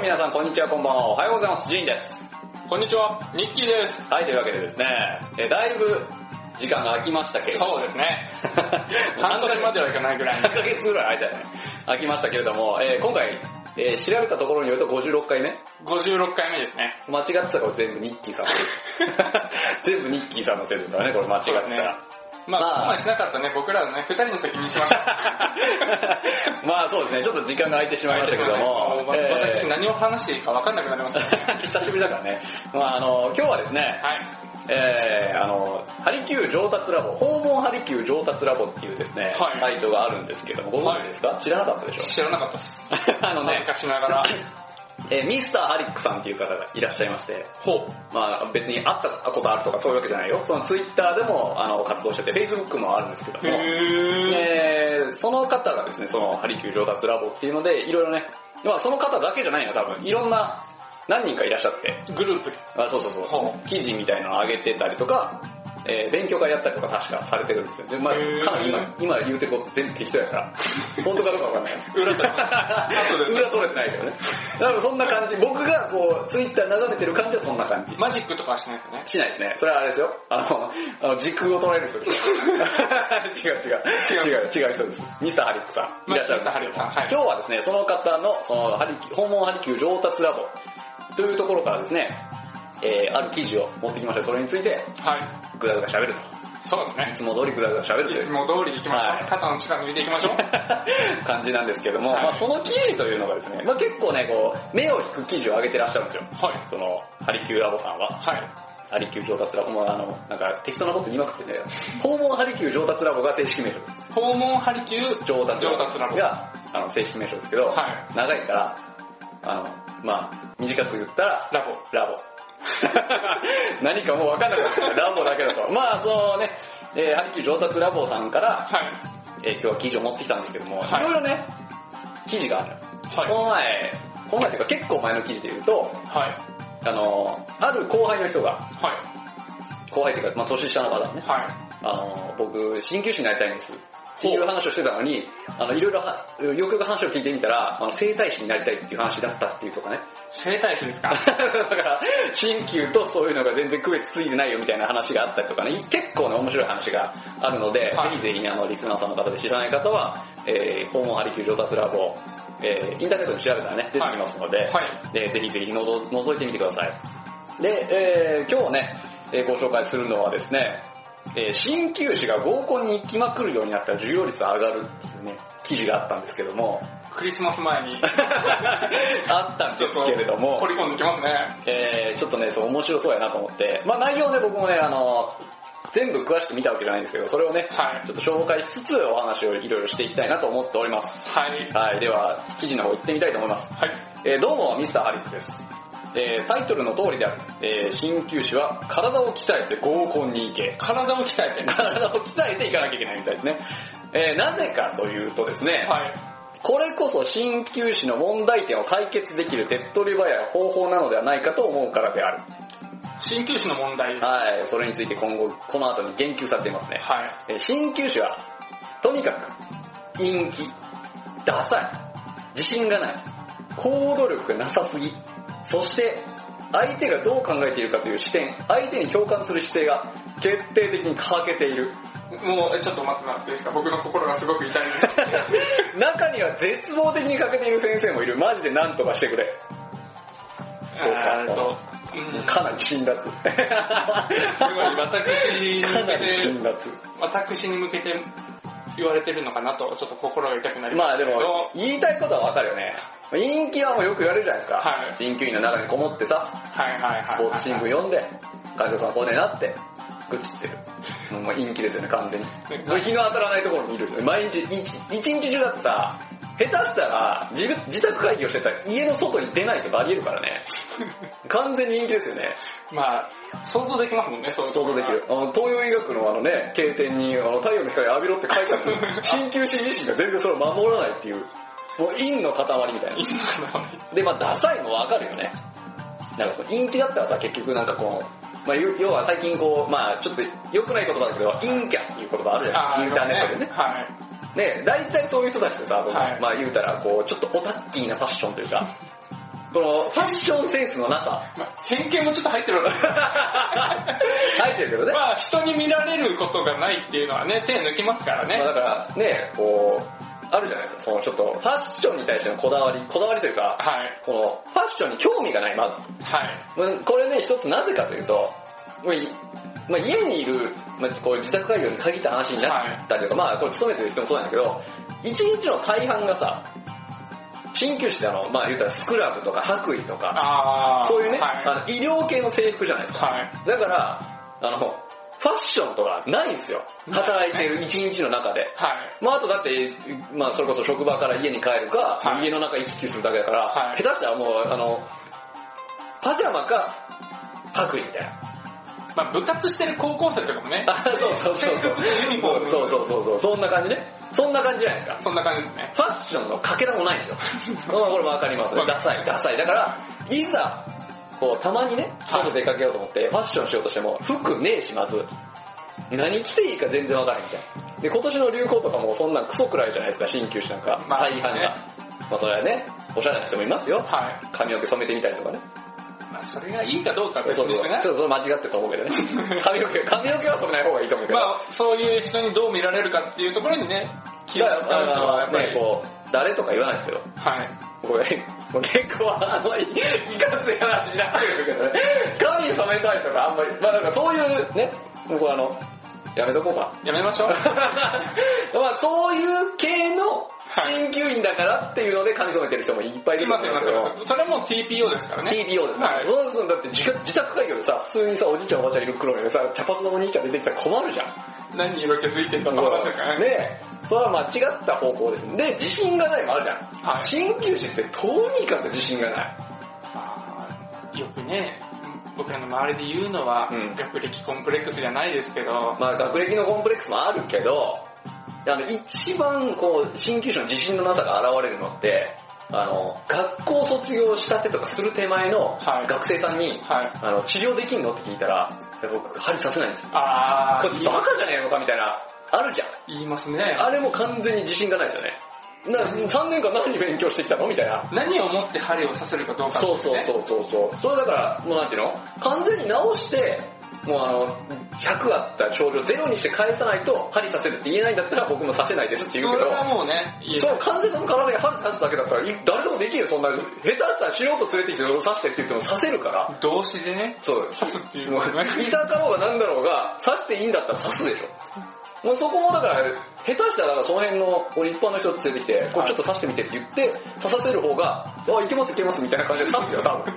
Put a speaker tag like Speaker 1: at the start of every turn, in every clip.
Speaker 1: 皆さんこんにちは、こんばんは。おはようございます。ジンです。
Speaker 2: こんにちは、ニッキーです。
Speaker 1: はい、というわけでですね、えだいぶ時間が空きましたけれども、
Speaker 2: そうですね。半
Speaker 1: 半
Speaker 2: 年まではいかない ぐらい。
Speaker 1: 3ヶ月ぐらい空いたよね。空きましたけれども、えー今回、えー調べたところによると56回ね、
Speaker 2: 56回目ですね。
Speaker 1: 間違ってたから全部ニッキーさんの全部ニッキーさんのせいですからね、これ間違ってたら。
Speaker 2: ま
Speaker 1: まあ
Speaker 2: あ、ここまでしなかったね、僕らのね、二人の責任にしました。
Speaker 1: まあそうですね、ちょっと時間が空いてしまいましたけども、
Speaker 2: わ
Speaker 1: え
Speaker 2: 私何を話していいか分かんなくなりますね。
Speaker 1: ー久しぶりだからね、まああの、今日はですね、
Speaker 2: はい。
Speaker 1: えー、あの、ハリキュー上達ラボ、訪問ハリキュー上達ラボっていうですね、
Speaker 2: はい
Speaker 1: サイトがあるんですけども、ご存知ですか、知らなかったでしょ
Speaker 2: 知らなかったです。
Speaker 1: あの
Speaker 2: なん
Speaker 1: ね、
Speaker 2: かしなが ら。
Speaker 1: えーミスターハリックさんっていう方がいらっしゃいまして、
Speaker 2: ほう。
Speaker 1: まあ別に会ったことあるとかそういうわけじゃないよ。そのツイッターでもあの活動してて、Facebook もあるんですけども、
Speaker 2: へー。
Speaker 1: えーその方がですね、そのハリキュー上達ラボっていうので、いろいろね、まあその方だけじゃないよ、多分。いろんな、何人かいらっしゃって、
Speaker 2: グループ。
Speaker 1: あそうそうそ
Speaker 2: ほ
Speaker 1: う。記事みたいなのを上げてたりとか、えー勉強会やったりとか確かされてるんですよ。で、まあ、
Speaker 2: へー
Speaker 1: かなり今、今言うてること全部適当やから、 本当かどうかわかんないよ。
Speaker 2: 裏と後で
Speaker 1: 裏取れてないけどね。だからそんな感じ、僕がこう、ツイッター眺めてる感じはそんな感じ。
Speaker 2: マジックとかはしないですよね。
Speaker 1: しないですね。それはあれですよ。あの、あの時空を捉える人 です。違う違う。違う違う人です。ミスターハリックさん。いらっしゃるんですけど
Speaker 2: ミスターハリックさんはい
Speaker 1: 今日はですね、その方の、その、ハリキュー訪問ハリキュー上達ラボというところからですね、えー、ある記事を持ってきました。それについて、
Speaker 2: はい。
Speaker 1: ぐだぐだ喋る
Speaker 2: そうです
Speaker 1: と。い
Speaker 2: ね。
Speaker 1: つも通りぐだぐだ喋るとい
Speaker 2: いうつも通り行きましょう。
Speaker 1: はい
Speaker 2: 肩の力抜いていきましょ う。
Speaker 1: 感じなんですけども、
Speaker 2: はい
Speaker 1: まあその記事というのがですね、まあ結構ね、こう、目を引く記事を上げてらっしゃるんですよ。
Speaker 2: はい。
Speaker 1: その、ハリキューラボさんは。
Speaker 2: はい。
Speaker 1: ハリキュー上達ラボ、もうあの、なんか適当なこと言いまくってね、訪問ハリキュー上達ラボが正式名称です。
Speaker 2: 訪問ハリキュー。
Speaker 1: 上達
Speaker 2: 上達ラボ
Speaker 1: が、あの、正式名称ですけど、
Speaker 2: は
Speaker 1: 長いから、あの、まあ短く言ったら、
Speaker 2: ラボ。
Speaker 1: ラボ。 何かもう分かんなくなってきたラボだけだと。まあそのね、えーハリキュー上達ラボさんから、
Speaker 2: はい。
Speaker 1: えー今日は記事を持ってきたんですけども、
Speaker 2: はい
Speaker 1: いろいろね、記事がある。
Speaker 2: はい
Speaker 1: この前、この前というか結構前の記事で言うと、
Speaker 2: はい。
Speaker 1: あの、ある後輩の人が、
Speaker 2: は
Speaker 1: 後輩というか、まあ年下の方だね
Speaker 2: い。、は
Speaker 1: あの、僕、鍼灸師になりたいんです。っていう話をしてたのに、あの、いろいろは、よくよく話を聞いてみたら、あの、整体師になりたいっていう話だったっていうとかね。
Speaker 2: い。整体師ですか
Speaker 1: だから、鍼灸とそういうのが全然区別ついてないよみたいな話があったりとかね、結構ね、面白い話があるので、
Speaker 2: はい
Speaker 1: ぜひぜひね、あの、リスナーさんの方で知らない方は、えー、訪問ハリキュー上達ラボ、えー、インターネットで調べたらね、出てきますので、
Speaker 2: はい。
Speaker 1: でぜひぜひのぞ覗いてみてください。で、えー今日ね、えーご紹介するのはですね、えー、鍼灸師が合コンに行きまくるようになったら重要率が上がるっていうね、記事があったんですけども、
Speaker 2: クリスマス前に、
Speaker 1: あったんです けれども
Speaker 2: 掘、り込んできますね。
Speaker 1: えーちょっとね、そう面白そうやなと思って、まあ内容で僕もね、あの、全部詳しく見たわけじゃないんですけど、それをね、
Speaker 2: はい
Speaker 1: ち。ょっと紹介しつつお話をいろいろしていきたいなと思っております。
Speaker 2: はい。
Speaker 1: はい、では、記事の方行ってみたいと思います。
Speaker 2: はい。
Speaker 1: えーどうも、ミスターハリックです。えータイトルの通りである、えー鍼灸師は体を鍛えて合コンに行け。
Speaker 2: 体を鍛えて。
Speaker 1: 体を鍛えていかなきゃいけないみたいですね。えーなぜかというとですね、
Speaker 2: はい。
Speaker 1: これこそ鍼灸師の問題点を解決できる手っ取り早い方法なのではないかと思うからである。
Speaker 2: 鍼灸師の問題です。は
Speaker 1: はい、それについて今後、この後に言及されていますね。
Speaker 2: い。
Speaker 1: えー鍼灸師は、とにかく、陰気、ダサい、自信がない、行動力がなさすぎ、そして、相手がどう考えているかという視点、相手に共感する姿勢が決定的に欠けている。
Speaker 2: もう、えちょっと待ってもらっていいですか僕の心がすごく痛 いです。
Speaker 1: 中には絶望的に欠けている先生もいる。マジで何とかしてくれ。
Speaker 2: えーっと、うん。
Speaker 1: かなり辛 辣。
Speaker 2: すごい、私に
Speaker 1: か
Speaker 2: 向
Speaker 1: な
Speaker 2: け
Speaker 1: り
Speaker 2: て、
Speaker 1: 辛辣。
Speaker 2: 私に向けて言われてるのかなと、ちょっと心が痛くなりま
Speaker 1: まあ
Speaker 2: す
Speaker 1: で
Speaker 2: けど。
Speaker 1: も、言いたいことはわかるよね。陰気はもうよく言われるじゃないですか。
Speaker 2: はい
Speaker 1: 鍼灸院の中にこもってさ、
Speaker 2: はいはいはい。
Speaker 1: スポーツ新聞読んで、会長さんこうねえなって、愚痴ってる。もう陰気ですよね、完全に。もう日の当たらないところにいる。毎日、一一日中だってさ、下手したら自分、自宅会議をしてたら家の外に出ないとかあり得るからね。完全に陰気ですよね。
Speaker 2: まあ、想像できますもんね、想
Speaker 1: 想像でき る。。あの、東洋医学のあのね、経典に、あの、太陽の光浴びろって書いてあるのに鍼灸師自身が全然それを守らないっていう、もう陰の塊みたいな。
Speaker 2: いいのかな
Speaker 1: で、まあダサいもわかるよね。なんかその陰気だったらさ、結局なんかこう、まあよ要は最近こう、まあちょっと良くない言葉だけど、陰キャっていう言葉あるじゃ
Speaker 2: あ
Speaker 1: ん。インターネットでね。
Speaker 2: はい。
Speaker 1: ね、大体そういう人たちってさ、
Speaker 2: はい
Speaker 1: まあ言うたらこう、ちょっとオタッキーなファッションというか、その、ファッションセンスのなさ。
Speaker 2: まあ、偏見もちょっと入ってるの
Speaker 1: 入ってるけどね。
Speaker 2: まあ、人に見られることがないっていうのはね、手抜きますから
Speaker 1: まあ、だ
Speaker 2: ね。
Speaker 1: から、ね、こう、あるじゃないですか。そのちょっと、ファッションに対してのこだわり、こだわりというか、
Speaker 2: はい。
Speaker 1: この、ファッションに興味がない、まず。
Speaker 2: はい。
Speaker 1: まあこれね、一つなぜかというと、もういまあ、家にいる、まあ、こう自宅会業に限った話になったりとか、まあこれ勤めてる人もそうなんだけど、一日の大半がさ、鍼灸師であの、まあ言ったらスクラブとか白衣とか、
Speaker 2: あー。
Speaker 1: そういうね、
Speaker 2: はい。
Speaker 1: あの医療系の制服じゃないですか。
Speaker 2: はい。
Speaker 1: だから、あの、ファッションとかないんですよ。働いてる一日の中で。
Speaker 2: はい。
Speaker 1: まああとだって、まあそれこそ職場から家に帰るか、
Speaker 2: はい
Speaker 1: 家の中行き来するだけだから、
Speaker 2: はい
Speaker 1: 下手したらもう、あの、パジャマか、白衣みたいな。
Speaker 2: まあ、部活してる高校生とかもね、
Speaker 1: あ、そうそうそうそう。
Speaker 2: ユニフォーム
Speaker 1: そうそうそうそう。そんな感じね。そんな感じじゃないですか。
Speaker 2: そんな感じですね。
Speaker 1: ファッションのかけらもないんです よ。まあこれもわかりますね。ダサい、ダサい。だから、いざ、こう、たまにね、
Speaker 2: はい
Speaker 1: 外出かけようと思って、ファッションしようとしても、服ねえし、まず。何着ていいか全然わからへんみたいな。で、今年の流行とかもそんなんクソくらいじゃないですか、新旧師なんか。
Speaker 2: まあ
Speaker 1: 大半が。まあそれはね、おしゃれな人もいますよ。
Speaker 2: はい。
Speaker 1: 髪の毛染めてみたりとかね。
Speaker 2: まあ、それがいいかどうかは
Speaker 1: そう
Speaker 2: 別
Speaker 1: そう。ちょ
Speaker 2: ですが
Speaker 1: っ、とそれ間違ってると思うけどね。髪の毛、髪の毛は染めない方がいいと思うけど。
Speaker 2: まあ、そういう人にどう見られるかっていうところにね、気
Speaker 1: だ
Speaker 2: が使う人はや
Speaker 1: か
Speaker 2: っぱ
Speaker 1: ら、ね、
Speaker 2: り、
Speaker 1: こう、誰とか言わないですけど、
Speaker 2: はい。
Speaker 1: これ、もう結構あの、いいかつい話になってるけどね、髪染めたいとかあんまり、まあなんかそういうね、もうこれあの、やめとこうか。
Speaker 2: やめましょう。
Speaker 1: まあそういう系の鍼灸院だからっていうので髪染めてる人もいっぱいいると
Speaker 2: 今
Speaker 1: 思
Speaker 2: っ
Speaker 1: うん
Speaker 2: て
Speaker 1: で
Speaker 2: ますす
Speaker 1: けど、
Speaker 2: それはもう TPO ですからね。
Speaker 1: TPO ですね
Speaker 2: はい
Speaker 1: そうするとだって自自宅会業でさ、普通にさ、おじいちゃんおばあちゃんいる黒にさ、茶髪のお兄ちゃん出てきたら困るじゃん。
Speaker 2: 何色気づいてんだと
Speaker 1: そう
Speaker 2: 思いますからね。
Speaker 1: ねそれは間違った方向です。で、自信がないもあるじゃん。
Speaker 2: はい
Speaker 1: 鍼灸師ってとにかく自信がない。
Speaker 2: まあよくね、僕らの周りで言うのは、
Speaker 1: うん
Speaker 2: 学歴コンプレックスじゃないですけど、
Speaker 1: まあ学歴のコンプレックスもあるけど、あの、一番こう、鍼灸師の自信のなさが現れるのって、あの、学校卒業したてとかする手前の
Speaker 2: はい
Speaker 1: 学生さんに、
Speaker 2: はい。
Speaker 1: あの、治療できんのって聞いたら、いや僕、針刺せないんです。
Speaker 2: あ
Speaker 1: これち
Speaker 2: ー、
Speaker 1: ょっ
Speaker 2: 言い
Speaker 1: とバカじゃねえのかみたいな、あるじゃん。
Speaker 2: 言いますね。
Speaker 1: あれも完全に自信がないですよね。な3年間何勉強してきたのみたいな。
Speaker 2: 何をもって針を刺せるかどうかってい
Speaker 1: そうそう
Speaker 2: ね
Speaker 1: そうそうそう。それだから、もうなんていうの完全に直して、もうあの、100あった症状ゼロにして返さないと、針刺せるって言えないんだったら僕も刺せないですって言う
Speaker 2: そ
Speaker 1: け
Speaker 2: れ
Speaker 1: ど、
Speaker 2: はもうね、言え
Speaker 1: その完全の体に針刺すだけだったら、い誰でもできるよ、そんな。下手したら素人連れてきてそれを刺してって言っても刺せるから。
Speaker 2: 動詞でね、
Speaker 1: そう。
Speaker 2: 刺すっていう
Speaker 1: も
Speaker 2: の
Speaker 1: う
Speaker 2: はね、
Speaker 1: 痛かろうがなんだろうが、刺していいんだったら刺すでしょ。もうそこもだから、下手したらだからその辺の、これ一般の人連れてきて、これちょっと刺してみてって言って、刺させる方が、あ、いけますいけますみたいな感じで刺すよ、多分。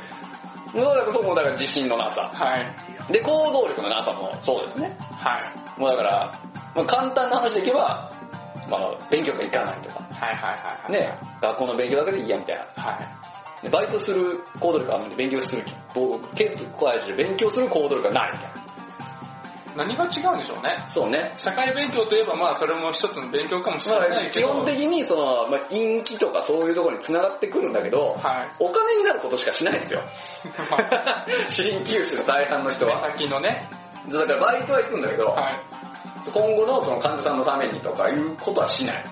Speaker 1: もうだからそこもだから自信のなさ。
Speaker 2: はい。
Speaker 1: で、行動力のなさもそうですね。
Speaker 2: はい。
Speaker 1: もうだから、まあ、簡単な話でいけば、まあ、勉強がいかないとか、
Speaker 2: はいはいはいはい。
Speaker 1: ね、学校の勉強だけでいいやみたいな。
Speaker 2: は
Speaker 1: でバイトする行動力あるのに勉強する、僕、ケーキ加えて勉強する行動力がないみたいな。
Speaker 2: い。何が違うんでしょうね。
Speaker 1: そうね。
Speaker 2: 社会勉強といえばまあそれも一つの勉強かもし
Speaker 1: ま
Speaker 2: れな
Speaker 1: あ、
Speaker 2: いけ
Speaker 1: 基
Speaker 2: ど、
Speaker 1: 本的にその、まあ、陰気とかそういうところに繋がってくるんだけど、
Speaker 2: はい。
Speaker 1: お金になることしかしないんですよ。
Speaker 2: まあ
Speaker 1: 鍼灸師の大半の人
Speaker 2: 目
Speaker 1: は。
Speaker 2: 先のね、
Speaker 1: だからバイトは行くんだけど、
Speaker 2: はい。
Speaker 1: 今後のその患者さんのためにとかいうことはしない。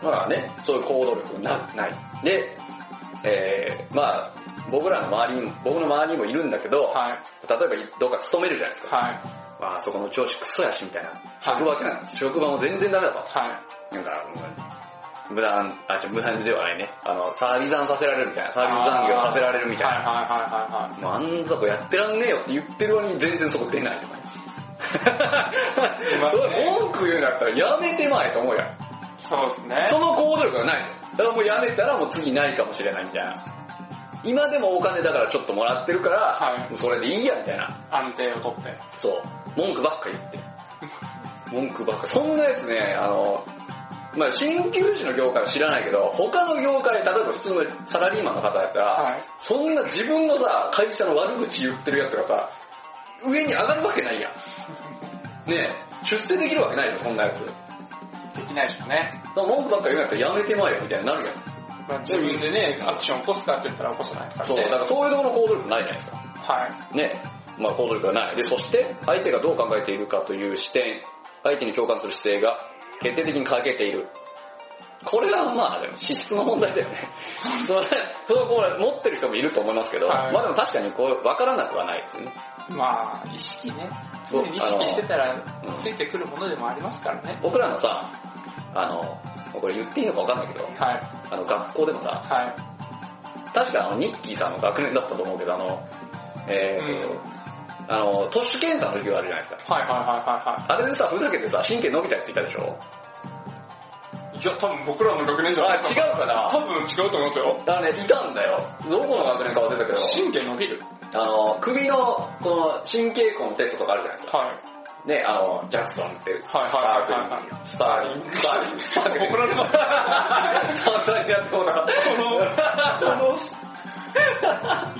Speaker 1: だからね、そういう行動力になない。で、えー、まあ、僕らの周りにも、僕の周りにもいるんだけど、
Speaker 2: はい。
Speaker 1: 例えばどっか勤めるじゃないですか。
Speaker 2: はい。
Speaker 1: わあそこの上司クソやしみたいな。
Speaker 2: はい
Speaker 1: 職場けなんです職場も全然ダメだと。
Speaker 2: はい。
Speaker 1: なんか、うん無断、あ、じゃ無断ではないね。あの、サービス残させられるみたいな。サービス残業させられるみたい
Speaker 2: はい
Speaker 1: な。
Speaker 2: はいはいはいはい。
Speaker 1: もうあんなとこやってらんねえよって言ってる割に全然そこ出ないとかね。
Speaker 2: ますね
Speaker 1: それ文句言うんだったらやめてまえと思うやん。
Speaker 2: そうですね。
Speaker 1: その行動力がないじゃん。だからもうやめたらもう次ないかもしれないみたいな。今でもお金だからちょっともらってるから、
Speaker 2: はい
Speaker 1: もうそれでいいやみたいな。
Speaker 2: 安定をとって。
Speaker 1: そう。文句ばっか言って。文句ばっか。そんなやつね、あの、まあ鍼灸師の業界は知らないけど、他の業界、例えば普通のサラリーマンの方だったら、
Speaker 2: はい。
Speaker 1: そんな自分のさ、会社の悪口言ってるやつがさ、上に上がるわけないやん。ねえ、出世できるわけないよ、そんなやつ。
Speaker 2: できないでしょうね。
Speaker 1: その文句ばっか言うんやったらやめてまえよ、みたいになるやん。
Speaker 2: まあ、自分でね、アクション起こすかって言ったら起こせないですから
Speaker 1: そう、だ
Speaker 2: ね。
Speaker 1: からそういうところの行動力ないじゃないですか。
Speaker 2: は
Speaker 1: ね、まあ行動力がない。で、そして、相手がどう考えているかという視点、相手に共感する姿勢が決定的に欠けている。これはまあでも資質の問題だよね。それ、そのこれ持ってる人もいると思いますけど、
Speaker 2: はい
Speaker 1: まあでも確かにこう分からなくはないですよね。
Speaker 2: まあ、意識ね。
Speaker 1: そ
Speaker 2: 常
Speaker 1: う
Speaker 2: に意識してたら
Speaker 1: あのう、ん
Speaker 2: ついてくるものでもありますからね。
Speaker 1: 僕らのさ、あの、これ言っていいのか分かんないけど、
Speaker 2: はい。
Speaker 1: あの学校でもさ、
Speaker 2: はい。
Speaker 1: 確かあのニッキーさんの学年だったと思うけど、あの、えーと、
Speaker 2: うん
Speaker 1: あの、都市検査の授業あるじゃないですか。
Speaker 2: はいはいは
Speaker 1: あれでさ、ふざけてさ、神経伸びたやついたでしょ
Speaker 2: いはいはい。いや、多分僕らの学年じゃ
Speaker 1: あ、違
Speaker 2: ない
Speaker 1: うかな
Speaker 2: 多分違うと思いますよ。
Speaker 1: あのね、いたんだよ。どこの学年か忘れたけど、
Speaker 2: 神経伸びる。
Speaker 1: あの、首の、この、神経根のテストとかあるじゃないですか。
Speaker 2: はい。
Speaker 1: ね、あの、ジャクソンって、スタ
Speaker 2: はいはいはいはい
Speaker 1: ークスターリン、スターリン、スターリン、
Speaker 2: 怒られます。
Speaker 1: 犯罪やそうだ。
Speaker 2: この、こ の、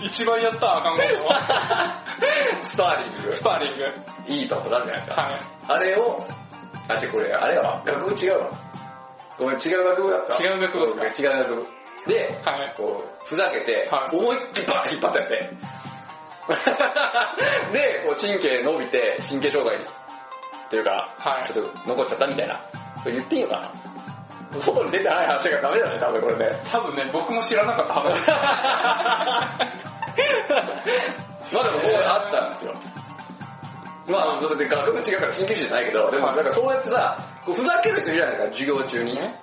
Speaker 2: 一番やったらあかんことは、
Speaker 1: スターリング
Speaker 2: スパーリング。
Speaker 1: いいとこあるじゃないですか。
Speaker 2: はい。
Speaker 1: あれを、あ、違う、これ、あれは、学部違うわ。ごめん、違う学部だった。
Speaker 2: 違う学部ですか
Speaker 1: 違う学部。で、
Speaker 2: はい。
Speaker 1: こう、ふざけて、
Speaker 2: はい
Speaker 1: 思いっきりバーン引っ張ったやつ。 で、こう神経伸びて、神経障害っていうか、
Speaker 2: はい
Speaker 1: ちょっと残っちゃったみたいな。これ言っていいのかな外に出てない話がダメだね、多分これね。
Speaker 2: 多分ね、僕も知らなかった話。
Speaker 1: まあでもこうあったんですよ。まあ、それで学部違うから神経質じゃないけど、でもなんかそうやってさ、こうふざける人いるじゃないですか、授業中にね。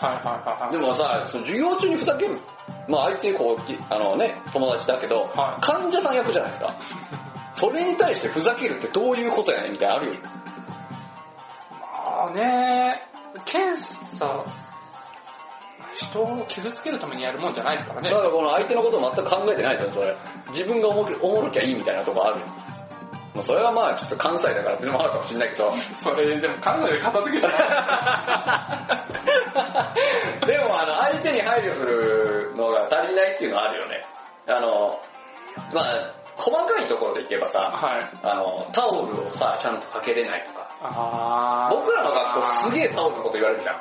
Speaker 2: はいはいはい はい。
Speaker 1: でもさ、その授業中にふざける。まあ相手こう、きあのね、友達だけど、
Speaker 2: は
Speaker 1: 患者さん役じゃないですか。それに対してふざけるってどういうことやねんみたいなのあるよ。
Speaker 2: まあね、検査、人を傷つけるためにやるもんじゃないですからね
Speaker 1: だ。からこの相手のことを全く考えてないですよね、それ。自分が思く、思うきゃいいみたいなとこあるよ。まあそれはまあちょっと関西だからっていうのもあるかもしれないけど、
Speaker 2: それ、でも彼女で片付けちゃ
Speaker 1: でもあの相手に配慮するのが足りないっていうのはあるよね。あの、まあ細かいところでいけば
Speaker 2: う。
Speaker 1: さ、
Speaker 2: はい。
Speaker 1: あの、タオルをさ、ちゃんとかけれないとか。
Speaker 2: あー。
Speaker 1: 僕らの学校すげえタオルのこと言われるじゃん。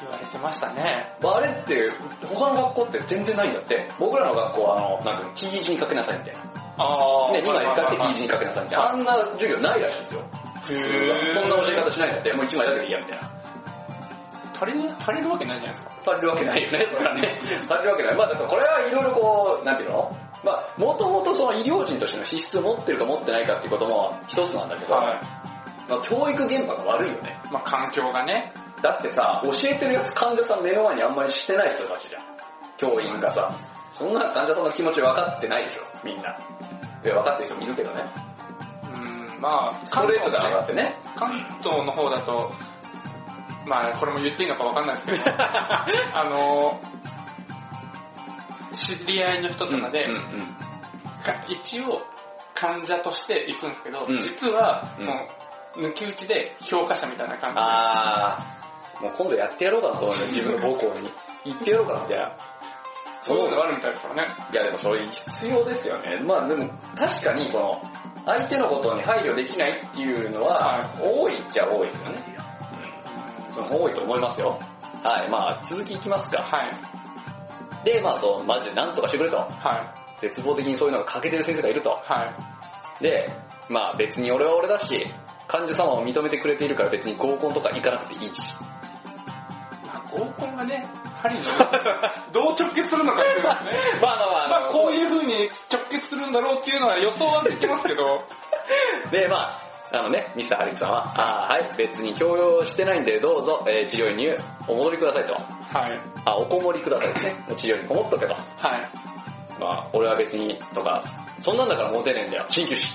Speaker 2: 言われてましたね。
Speaker 1: まああれって、他の学校って全然ないんだって。僕らの学校はあの、なんていうの、T 字にかけなさいみたいな。
Speaker 2: あ
Speaker 1: ね、2枚使って T 字
Speaker 2: へ
Speaker 1: にかけなさいみたいな。あんな授業ないらしいですよ。
Speaker 2: ー
Speaker 1: そんな教え方しないんだって、もう1枚だけでいいやみたいな。
Speaker 2: 足りる、足りるわけないじゃないですか。
Speaker 1: 足りるわけないよね、それはね。 足りるわけない。まあだからこれはいろいろこう、なんていうのまあ、もともとその医療人としての資質を持ってるか持ってないかっていうことも一つなんだけど、
Speaker 2: は
Speaker 1: まあ教育現場が悪いよね。
Speaker 2: い。まあ環境がね。
Speaker 1: だってさ、教えてるやつ患者さん目の前にあんまりしてない人たちじゃん。教員がさ。そんな患者さんの気持ち分かってないでしょ、みんな。いや、分かってる人もいるけどね。
Speaker 2: うん、まあ、
Speaker 1: ストレートだからってね。
Speaker 2: 関東の方だと、まあこれも言っていいのかわかんないです けど、あの、知り合いの人とかで、
Speaker 1: うんうん
Speaker 2: か一応患者として行くんですけど、
Speaker 1: うん
Speaker 2: 実は、
Speaker 1: うん
Speaker 2: その、抜き打ちで評価者みたいな感じで
Speaker 1: あー、もう今度やってやろうかなと思うよ、自分の母校に。行ってやろうかな、みたいな。
Speaker 2: そういうのがあるみたいですからね。
Speaker 1: いやでもそれ必要ですよね。まあでも確かにこの相手のことに配慮できないっていうのは
Speaker 2: は
Speaker 1: 多いっちゃ多いですよね。うん、その多いと思いますよ。はい、まあ続きいきますか。
Speaker 2: はい、
Speaker 1: で、まあそう、マジでなんとかしてくれと。
Speaker 2: は
Speaker 1: 絶望的にそういうのが欠けてる先生がいると
Speaker 2: い、。は
Speaker 1: で、まあ別に俺は俺だし、患者様を認めてくれているから別に合コンとか行かなくていいし。
Speaker 2: い。まあ合コンがね、 針の、どう直結するのかっていうのはね。
Speaker 1: まあまあま
Speaker 2: まあこういう風に直結するんだろうっていうのは予想はできます けど、
Speaker 1: で、まああのね、ミスターハリクさんは、あーはい、別に強要してないんでどうぞ、えー治療院にお戻りくださいと。
Speaker 2: はい、
Speaker 1: あ、おこもりくださいね。治療にこもっとけば。
Speaker 2: はい。
Speaker 1: まあ、俺は別に、とか、そんなんだからモテねえんだよ。鍼灸師。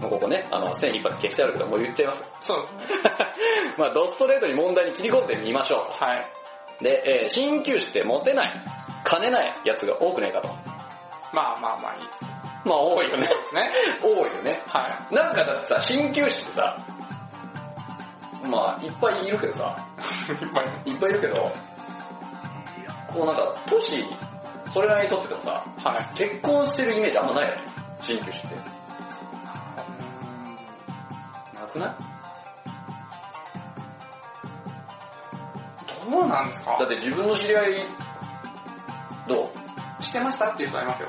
Speaker 1: もうここね、あの、線一発消してあるけど、もう言っちゃいます。
Speaker 2: そう、
Speaker 1: まあ、ドストレートに問題に切り込んでみましょ
Speaker 2: はい。
Speaker 1: う。で、えー、鍼灸師ってモテない、金ないやつが多くないかと。
Speaker 2: まあまあまあいい。
Speaker 1: まあ、多いよね。
Speaker 2: ね。
Speaker 1: 多いよね。
Speaker 2: は
Speaker 1: なんかだってさ、鍼灸師ってさ、まあ、いっぱいいるけどさ、
Speaker 2: い。まあ
Speaker 1: いっぱいいるけど、こうなんか、都市、それなりにとっててもさ、
Speaker 2: はい。
Speaker 1: 結婚してるイメージあんまないよね。鍼灸師って。なくない
Speaker 2: どうなんですか
Speaker 1: だって自分の知り合い、どう
Speaker 2: してましたっていう人います
Speaker 1: い
Speaker 2: よ。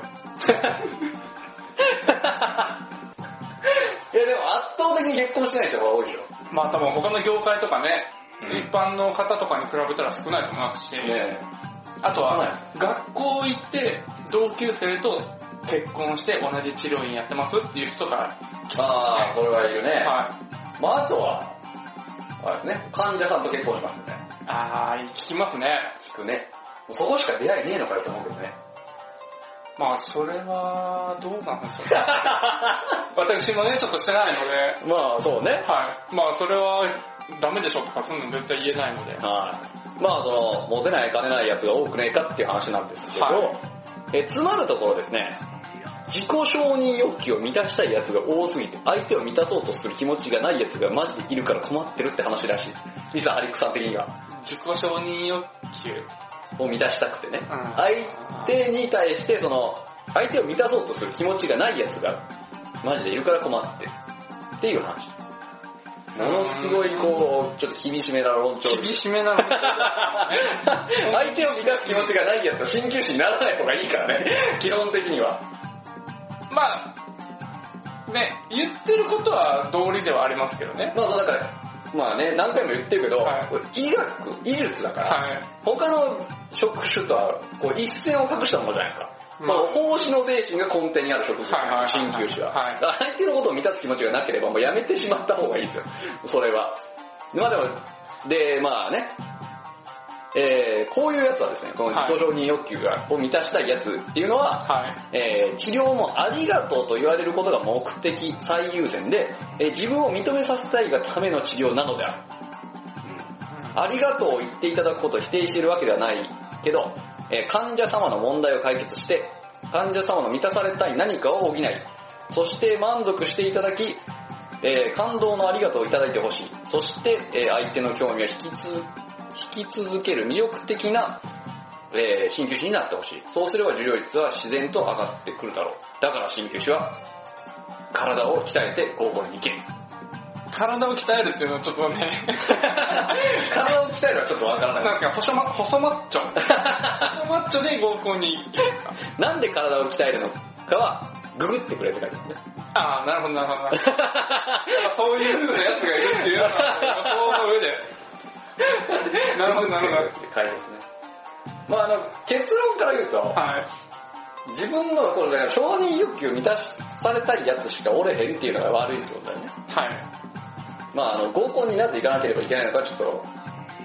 Speaker 1: やでも圧倒的に結婚してない人が多いでしょ。
Speaker 2: まあ多分他の業界とかね、
Speaker 1: うん
Speaker 2: 一般の方とかに比べたら少ないと思いますし、
Speaker 1: ね
Speaker 2: あ
Speaker 1: そ
Speaker 2: と
Speaker 1: うなん
Speaker 2: は
Speaker 1: や、
Speaker 2: 学校行って、同級生と結婚して同じ治療院やってますっていう人が、
Speaker 1: ああ、それはいるね。
Speaker 2: は。。
Speaker 1: まああとは、あれですね、患者さんと結婚しますみたいない
Speaker 2: あー、聞きますね。
Speaker 1: 聞くね。もうそこしか出会いねえのかよと思うけどね。
Speaker 2: まあ、それは、どうなんです か私もね、ちょっとしてないので、
Speaker 1: まあそうね。
Speaker 2: はい。まあ、それは、ダメでしょとかすんの絶対言えないので。
Speaker 1: はい。まあその、モテない金ないやつが多くねえかっていう話なんですけど、
Speaker 2: は
Speaker 1: え詰まるところですね、自己承認欲求を満たしたいやつが多すぎて、相手を満たそうとする気持ちがないやつがマジでいるから困ってるって話らしいです。ミサ・アリックさん的には。
Speaker 2: 自己承認欲求。
Speaker 1: を満たしたくてね。
Speaker 2: ん
Speaker 1: 相手に対して、その、相手を満たそうとする気持ちがないやつが、マジでいるから困ってる。っていう話。ものすごい、こう、ちょっと厳しめな論調です
Speaker 2: 厳しめなので。
Speaker 1: 相手を満たす気持ちがないやつは鍼灸師にならない方がいいからね。 基本的には。
Speaker 2: まあ、ね、言ってることは道理ではありますけどね。
Speaker 1: まあそうだから、まあね、何回も言ってるけど、
Speaker 2: はい
Speaker 1: これ医学、医術だから、
Speaker 2: はい。
Speaker 1: 他の職種とはこう一線を画したものじゃないですか。
Speaker 2: うん
Speaker 1: まあ、奉仕の精神が根底にある職業
Speaker 2: はいはいはい
Speaker 1: 鍼灸師は。
Speaker 2: はい
Speaker 1: だから相手のことを満たす気持ちがなければ、もうやめてしまった方がいいですよ。それは。まあでも、で、まあね、えー、こういうやつはですね、この自己承認欲求が、を満たしたいやつっていうのは、
Speaker 2: はい。
Speaker 1: えー治療もありがとうと言われることが目的最優先で、えー自分を認めさせたいがための治療なのである。ありがとうを言っていただくことを否定しているわけではないけど、えー患者様の問題を解決して、患者様の満たされたい何かを補い、そして満足していただき、えー感動のありがとうをいただいてほしい。そして、えー相手の興味を引きつ引き続ける魅力的な、えー、鍼灸師になってほしい。そうすれば受領率は自然と上がってくるだろう。だから鍼灸師は、体を鍛えて高校に行け。
Speaker 2: 体を鍛えるっていうのはちょっとね、
Speaker 1: 体を鍛えるはちょっとわからない。
Speaker 2: なんですか、細ま、細マッチョ。細マッチョで合コンに。
Speaker 1: なんで体を鍛えるのかは、ググってくれって書いてあるね。
Speaker 2: ああ、なるほど、なるほどなるほど。 そういう風なやつがいるっていうのは、予想の上で。なるほど、なるほ
Speaker 1: ググって書いてあるね。まああの、結論から言うと
Speaker 2: ど。、はい。
Speaker 1: 自分の、これだから承認欲求を満たされたいやつしかおれへんっていうのが悪いってことだよね。
Speaker 2: はい。
Speaker 1: まああの、合コンになぜ行かなければいけないのかちょっと、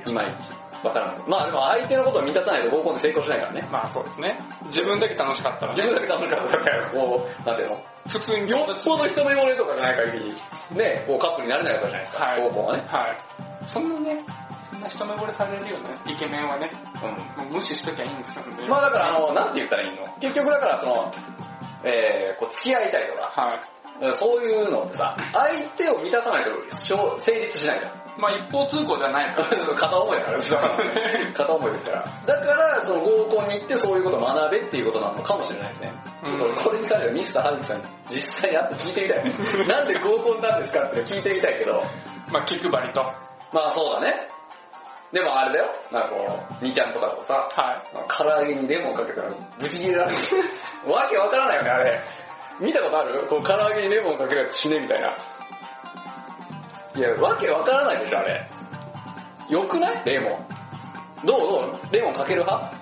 Speaker 1: いまいちわからない。まあでも相手のことを満たさないと合コンで成功しないからね。
Speaker 2: まあそうですね。自分だけ楽しかったら、
Speaker 1: 自分だけ楽しかったから、こう、なんていうの
Speaker 2: 普通に
Speaker 1: よっぽど人の汚れとかじゃない限り、ね、こうカップになれないわけじゃないですか、
Speaker 2: はい
Speaker 1: 合コンはね。
Speaker 2: はい。そんなね、そんな一目惚れされるよね。イケメンはね、
Speaker 1: うん
Speaker 2: もう無視しときゃいいんですよね。
Speaker 1: まあだからあの、なんて言ったらいいの結局だからその、えー、こう付き合いたいとか、
Speaker 2: はい。
Speaker 1: そういうのってさ、相手を満たさないとしょ成立しないじゃん。
Speaker 2: まあ一方通行じゃないですか
Speaker 1: 片思いだから さ、片思いですから。だから、その合コンに行ってそういうことを学べっていうことなのかもしれないですね。ちょっと
Speaker 2: うん
Speaker 1: これに関してはミスターハリスさんに実際に会って聞いてみたい ね。なんで合コンなんですかって聞いてみたいけど、
Speaker 2: まあ気配りと。は
Speaker 1: まあそうだね。でもあれだよ、なんかこう、2ちゃんとかだとさ、
Speaker 2: い。
Speaker 1: 唐揚げにレモンかけたらブチ切れられる。わけわからないよね、あれ。見たことあるこう唐揚げにレモンかけるやつ死ねみたいな。いや、わけわからないでしょ、あれ。よくないレモン。どうどうレモンかける派
Speaker 2: も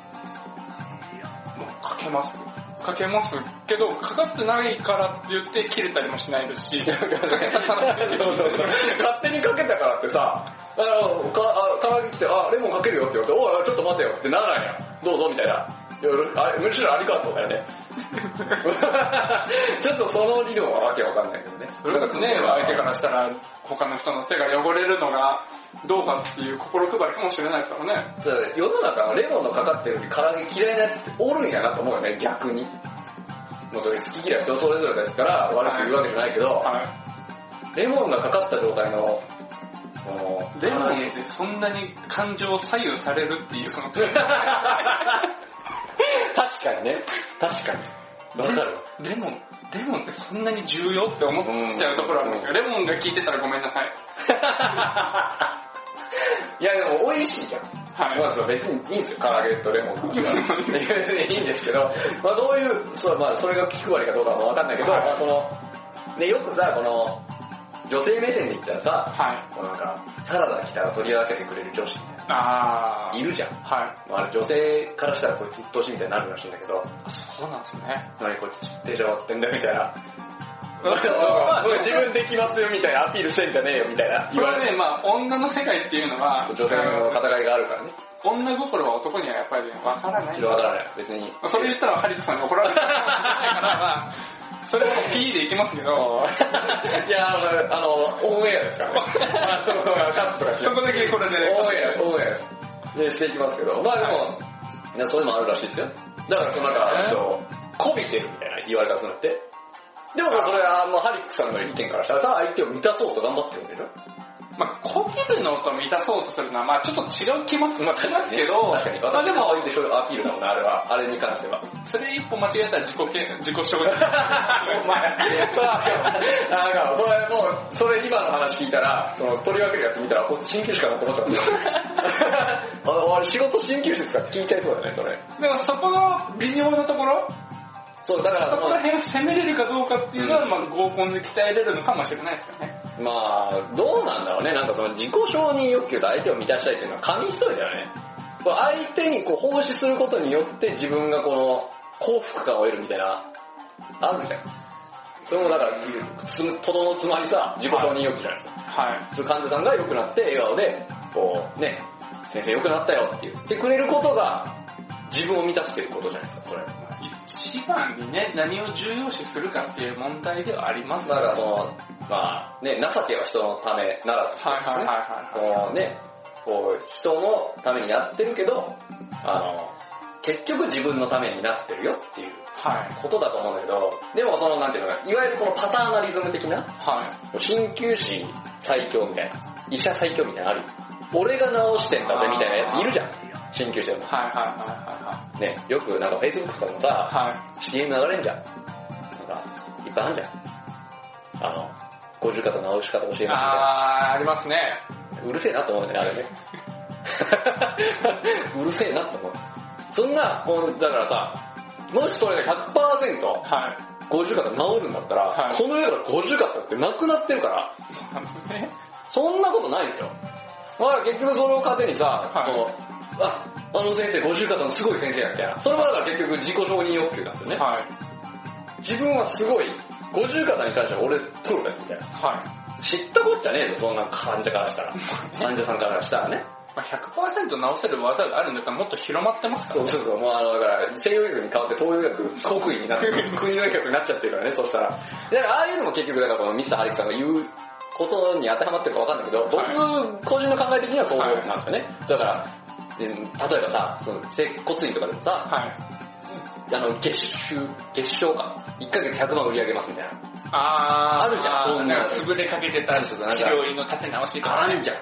Speaker 2: うかけます。かけますけど、かかってないからって言って切れたりもしないです し、かけたからって
Speaker 1: そうそうそう。勝手にかけたからってさ、あの、か、あ、唐揚げ来て、あ、レモンかけるよって言われて、おい、ちょっと待てよってならないやん。どうぞみたいな。いやあれむしろありがとうだよね。 ちょっとその理論はわけわかんないけどね。
Speaker 2: それですね、相手からしたら他の人の手が汚れるのがどうかっていう心配りかもしれないですからね。
Speaker 1: そう世の中はレモンのかかってるのに唐揚げ嫌いなやつっておるんやなと思うよね、逆に。もうそれ好き嫌い人それぞれですから、悪く言うわけじゃないけど、
Speaker 2: は
Speaker 1: レモンがかかった状態の、この
Speaker 2: い。レモン
Speaker 1: 唐揚げ
Speaker 2: ってそんなに感情を左右されるっていうその、
Speaker 1: 確かにね、確かに。わかる
Speaker 2: レモン、レモンってそんなに重要って思っちゃうところあるんですけど、レモンが効いてたらごめんなさい。
Speaker 1: いやでも美味しいじゃん。
Speaker 2: はい。
Speaker 1: まあそう別にいいんですよ、唐揚げとレモンの味は。別 にいいんですけど、まあそういう、そうまあそれが気配りかどうかもわかんないけど、
Speaker 2: はい
Speaker 1: まあその、ね、よくさ、この、女性目線で言ったらさ、
Speaker 2: はい。
Speaker 1: こうなんか、サラダ来たら取り分けてくれる女子みたい
Speaker 2: あ
Speaker 1: な、
Speaker 2: ー。
Speaker 1: いるじゃん。
Speaker 2: はい。
Speaker 1: まあ、女性からしたらこいつ鬱陶しいみたいになるらしいんだけど、
Speaker 2: そうなんですね。
Speaker 1: 何こいつ手上ってんだよみたいな。
Speaker 2: なんか
Speaker 1: 自分できますよみたいなアピールしてんじゃねえよみたいな
Speaker 2: これはね、まあ女の世界っていうのは、
Speaker 1: 女性の戦いがあるからね。
Speaker 2: 女心は男にはやっぱりわからない。
Speaker 1: わからない。別に。
Speaker 2: まあそれ言ったらハリトさんに怒られるから、まあ、それは P でいきますけど、
Speaker 1: いやあの、オンエアです からね。カットとかし
Speaker 2: そ
Speaker 1: ない
Speaker 2: こだけこれで。
Speaker 1: オンエア、オンエアです。で、していきますけど。まあでも、いやそういうのもあるらしいですよ。だから、そのなんか、ちょっと、こびてるみたいな言われ方するんだって。でもそれは、もうハリックさんの意見からしたらさ、相手を満たそうと頑張ってるんでしょ
Speaker 2: まあこびるのと満たそうとするのは、まあちょっと違う気もしますけど、
Speaker 1: 確かに。
Speaker 2: まあ
Speaker 1: 私
Speaker 2: で
Speaker 1: も
Speaker 2: も、
Speaker 1: いいでしょアピールだもんな、あれは。あれに関しては。
Speaker 2: それ一歩間違えたら自己け、自己紹介。 お前、
Speaker 1: そうなんか、それもう、それ今の話聞いたら、その取り分けるやつ見たら、こいつ鍼灸師かなと思っちゃった。あ俺仕事鍼灸師ですかって聞いちゃいそうだね、それ。
Speaker 2: でもそこの微妙なところ、
Speaker 1: そう、だから
Speaker 2: そ
Speaker 1: そ
Speaker 2: こ
Speaker 1: の、
Speaker 2: ら辺を攻めれるかどうかっていうのは、
Speaker 1: うん
Speaker 2: まあ合コンで鍛えれるのかもしれないですよね。
Speaker 1: まあどうなんだろうね、なんかその自己承認欲求と相手を満たしたいっていうのは紙一重だよね。こう相手にこう奉仕することによって自分がこの幸福感を得るみたいな、あるじゃん。それもだから、つとどのつまりさ、自己承認欲求じゃないですか。
Speaker 2: はい。
Speaker 1: その患者さんが良くなって笑顔で、こうね、先生良くなったよって言ってくれることが、自分を満たしてることじゃないですか、これ。
Speaker 2: 一番にね、何を重要視するかっていう問題ではあります
Speaker 1: だからその、まあね、情けは人のためならず、
Speaker 2: はいはいはいはいはい。
Speaker 1: こうね、こう人のためにやってるけど、あの、結局自分のためになってるよっていう
Speaker 2: はい。
Speaker 1: ことだと思うんだけど、でもそのなんていうのかな、いわゆるこのパターナリズム的な、
Speaker 2: は
Speaker 1: 鍼灸師最強みたいな、医者最強みたいなのあるよ俺が治してんだぜみたいなやついるじゃん、鍼灸師でも
Speaker 2: い。。はいはいは
Speaker 1: ね、よくなんか Facebook とかも
Speaker 2: い
Speaker 1: さ、
Speaker 2: はい。は
Speaker 1: CM 流れんじゃん。なんか、いっぱいあるじゃん。あの、50方直し方教えますみ
Speaker 2: い。
Speaker 1: たいな。
Speaker 2: あー、ありますね。
Speaker 1: うるせえなと思うよね、あれね。 うるせえなと思う。そんな、こうだからさ、もしそれが100%
Speaker 2: はい。
Speaker 1: 50方治るんだったら、
Speaker 2: はい
Speaker 1: この世から50方ってなくなってるから、
Speaker 2: ね
Speaker 1: そんなことないですよ。だから結局それを糧にさ、
Speaker 2: い
Speaker 1: その、あ、あの先生50方のすごい先生やみたいな。それもだから結局自己承認欲求なんですよね。
Speaker 2: はい。
Speaker 1: 自分はすごい、50方に関しては俺プロですみたいな。
Speaker 2: は
Speaker 1: 知ったこっちゃねえぞ、そんな患者からした ら。患者さんからしたらね。
Speaker 2: い。まあ、100%直せる技があるんだったらもっと広まってますか
Speaker 1: そうそうそう、もうあの、だから、西洋医学に変わって東洋医学、国医になって、国の医学になっちゃってるからね、そうしたら。だから、ああいうのも結局、だからこのミスターハリックさんが言うことに当てはまってるかわかんないけど、僕、個人の考え的にはそういうことなんですよね。だから、うん例えばさ、その接骨院とかでもさ、
Speaker 2: ら。はい。
Speaker 1: あの、月収、月賞か。1ヶ月100万売り上げますみたいな。
Speaker 2: あー、
Speaker 1: あるじゃん
Speaker 2: あー
Speaker 1: そんなの
Speaker 2: か潰れかけてた
Speaker 1: そうそうなんか
Speaker 2: 病院の立て直しと
Speaker 1: あ
Speaker 2: か。
Speaker 1: るじゃん。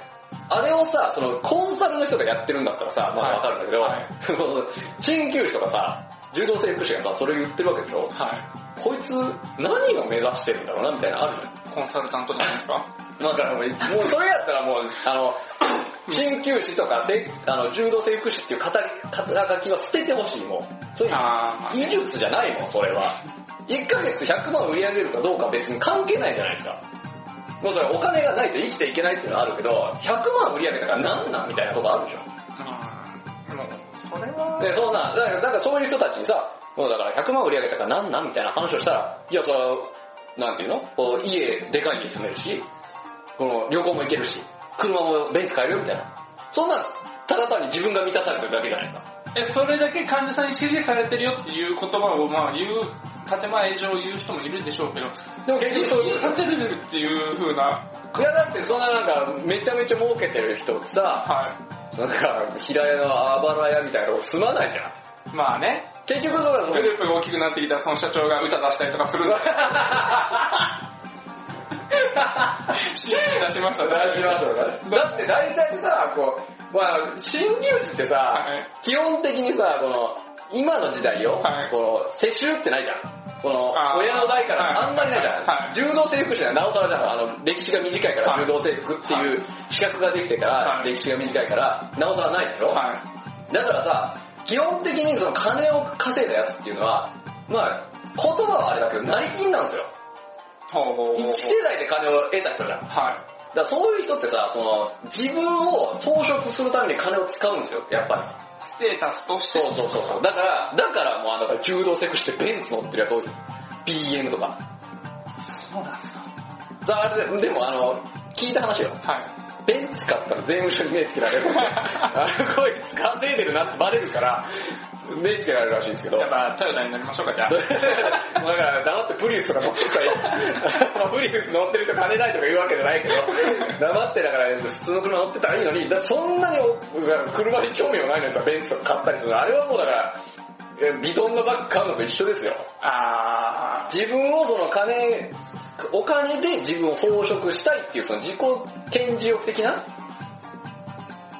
Speaker 1: あれをさ、そのコンサルの人がやってるんだったらさ、まあわかるんだけど、
Speaker 2: はい
Speaker 1: その鍼灸師とかさ、柔道整復師がさ、それ言ってるわけでしょ
Speaker 2: は
Speaker 1: こいつ何を目指してるんだろうなみたいなのある
Speaker 2: い。コンサルタントじゃないですか。
Speaker 1: じゃん。だからもう、もうそれやったらもう、あ の、鍼灸師とかせあの柔道整復師っていう肩肩書きは捨ててほしいもん。そういう
Speaker 2: あ
Speaker 1: 医術じゃないもん、それは。1ヶ月100万売り上げるかどうか別に関係ないじゃないですか。もうそれお金がないと生きていけないっていうのはあるけど、100万売り上げたから何なんみたいなとこあるでしょ。
Speaker 2: ー、うん。でも、それは、
Speaker 1: で、そうなん、だからだからそういう人たちにさ、もうだから100万売り上げたから何なんみたいな話をしたら、いや、それは、なんていうのこう家でかい家住めるし、この旅行も行けるし、車もベンツ買えるよみたいな。そんなん、ただ単に自分が満たされてるだけじゃないですか。
Speaker 2: え、それだけ患者さんに支持されてるよっていう言葉を、まあ、言う、建前上言う人もいるでしょうけど、
Speaker 1: でも結
Speaker 2: え
Speaker 1: 局
Speaker 2: そ
Speaker 1: そう
Speaker 2: う
Speaker 1: いう
Speaker 2: 立てれるっていう風な、
Speaker 1: いやだってそんななんかめちゃめちゃ儲けてる人ってさ、
Speaker 2: は
Speaker 1: なんか平屋のあばら屋みたいなとこ住まないじゃん。
Speaker 2: い。まあね、
Speaker 1: 結局そうだと
Speaker 2: グループが大きくなってきたらその社長が歌出したりとかするんだ。出しました、
Speaker 1: 出しましょうか。だって大体さ、こう、まあ、新入士ってさ
Speaker 2: はい、
Speaker 1: 基本的にさ、この、今の時代よ、
Speaker 2: はい
Speaker 1: この、世襲ってないじゃん。この
Speaker 2: あ、ー
Speaker 1: 親の代から
Speaker 2: はい
Speaker 1: あんまりないじ
Speaker 2: は
Speaker 1: ゃん。
Speaker 2: い
Speaker 1: 柔道制服じゃなおさらじゃん。あの、歴史が短いから
Speaker 2: はい
Speaker 1: 柔道制服っていう資格ができてか
Speaker 2: は
Speaker 1: ら、
Speaker 2: い
Speaker 1: 歴史が短いから、なおさらないでしょ
Speaker 2: は
Speaker 1: だからさ、基本的にその金を稼いだやつっていうのは、まあ、言葉はあれだけど、成り金なんですよ。
Speaker 2: い。ほう
Speaker 1: 一世代で金を得た人じゃん。だか
Speaker 2: は
Speaker 1: らそういう人ってさ、その、自分を装飾するために金を使うんですよ、やっぱり。
Speaker 2: い。ステータスとして。
Speaker 1: そうそうそうそう。だから、だからもうあの、だから柔道セクしてベンツ乗ってるやつ多い。BM とか。
Speaker 2: そうなんですか。
Speaker 1: さあ、あれで、でもあの、聞いた話よ。
Speaker 2: は
Speaker 1: ベンツ買ったら税務署に目つけられる。 あの、こいつ稼いでるなってバレるから、目つけられるらしいんですけど。
Speaker 2: い。
Speaker 1: だ
Speaker 2: だか、
Speaker 1: から
Speaker 2: トヨタになりましょうか、 じゃあ。
Speaker 1: ら黙ってプリウスとか乗ってたらい い。プリウス乗ってると金ないとか言うわけじゃないけ ど、黙ってだから普通の車乗ってたらいいのに、だってそんなにおだから車に興味がないのにさ、ベンツとか買ったりするのあれはもうだから、えビトンのバッグ買うのと一緒ですよ。
Speaker 2: あ
Speaker 1: 自分をその金、お金で自分を装飾したいっていうその自己顕示欲的な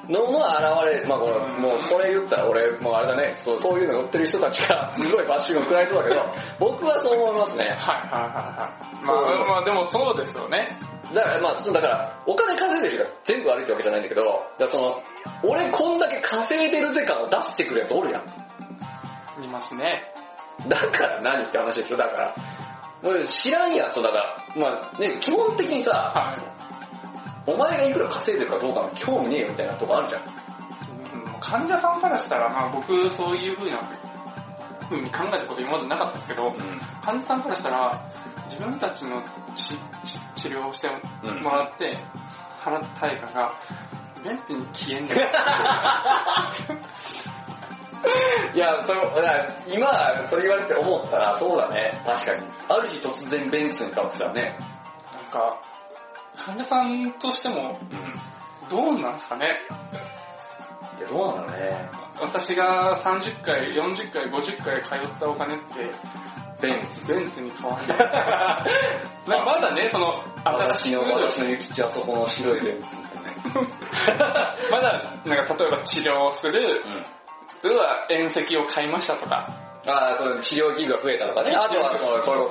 Speaker 1: のの現れ、まあこれ、
Speaker 2: うん
Speaker 1: もうこれ言ったら俺、もうあれだね、そうそういうの乗ってる人たちが すごいバッシング食らいそうだけど、僕はそう思います
Speaker 2: ー。
Speaker 1: ね。
Speaker 2: はいはいはいはい。ま
Speaker 1: そう
Speaker 2: あ、まあでもそうですよね。
Speaker 1: だからまあ、だからお金稼いでる人が全部悪いってわけじゃないんだけど、だからその、俺こんだけ稼いでるぜ感を出してくるやつおるやん。
Speaker 2: いますね。
Speaker 1: だから何って話でしょ、だから。もう知らんやん、そうだから。まあね、基本的にさ、
Speaker 2: は
Speaker 1: お前がいくら稼いでるかどうかの興味ねえよみたいなとこあるじゃん。
Speaker 2: い。うん患者さんからしたら、まあ僕、そういう風な、風に考えたこと今までなかったですけど、患者さんからしたら、自分たちの治治治療をしてもらって、払った対価が、ベンツに消えんだ よ。
Speaker 1: いや、それ、だから今、それ言われて思ったら、そうだね。確かに。ある日突然ベンツに変わってたらね。
Speaker 2: なんか、患者さんとしても、
Speaker 1: うん。い
Speaker 2: どうなんですかね
Speaker 1: や、どうなんだろうね。
Speaker 2: 私が30回、40回、50回通ったお金って、
Speaker 1: ベンツ。
Speaker 2: ベンツに変わんない。なんか まだね、その、
Speaker 1: 私の、
Speaker 2: ま
Speaker 1: 私のゆきちはそこの白いベンツみたいなね。
Speaker 2: だ、なんか例えば治療をする、
Speaker 1: うん。
Speaker 2: それは遠石を買いましたとか、
Speaker 1: ああ、その治療器具が増えたとかね。あとは、そうそれこ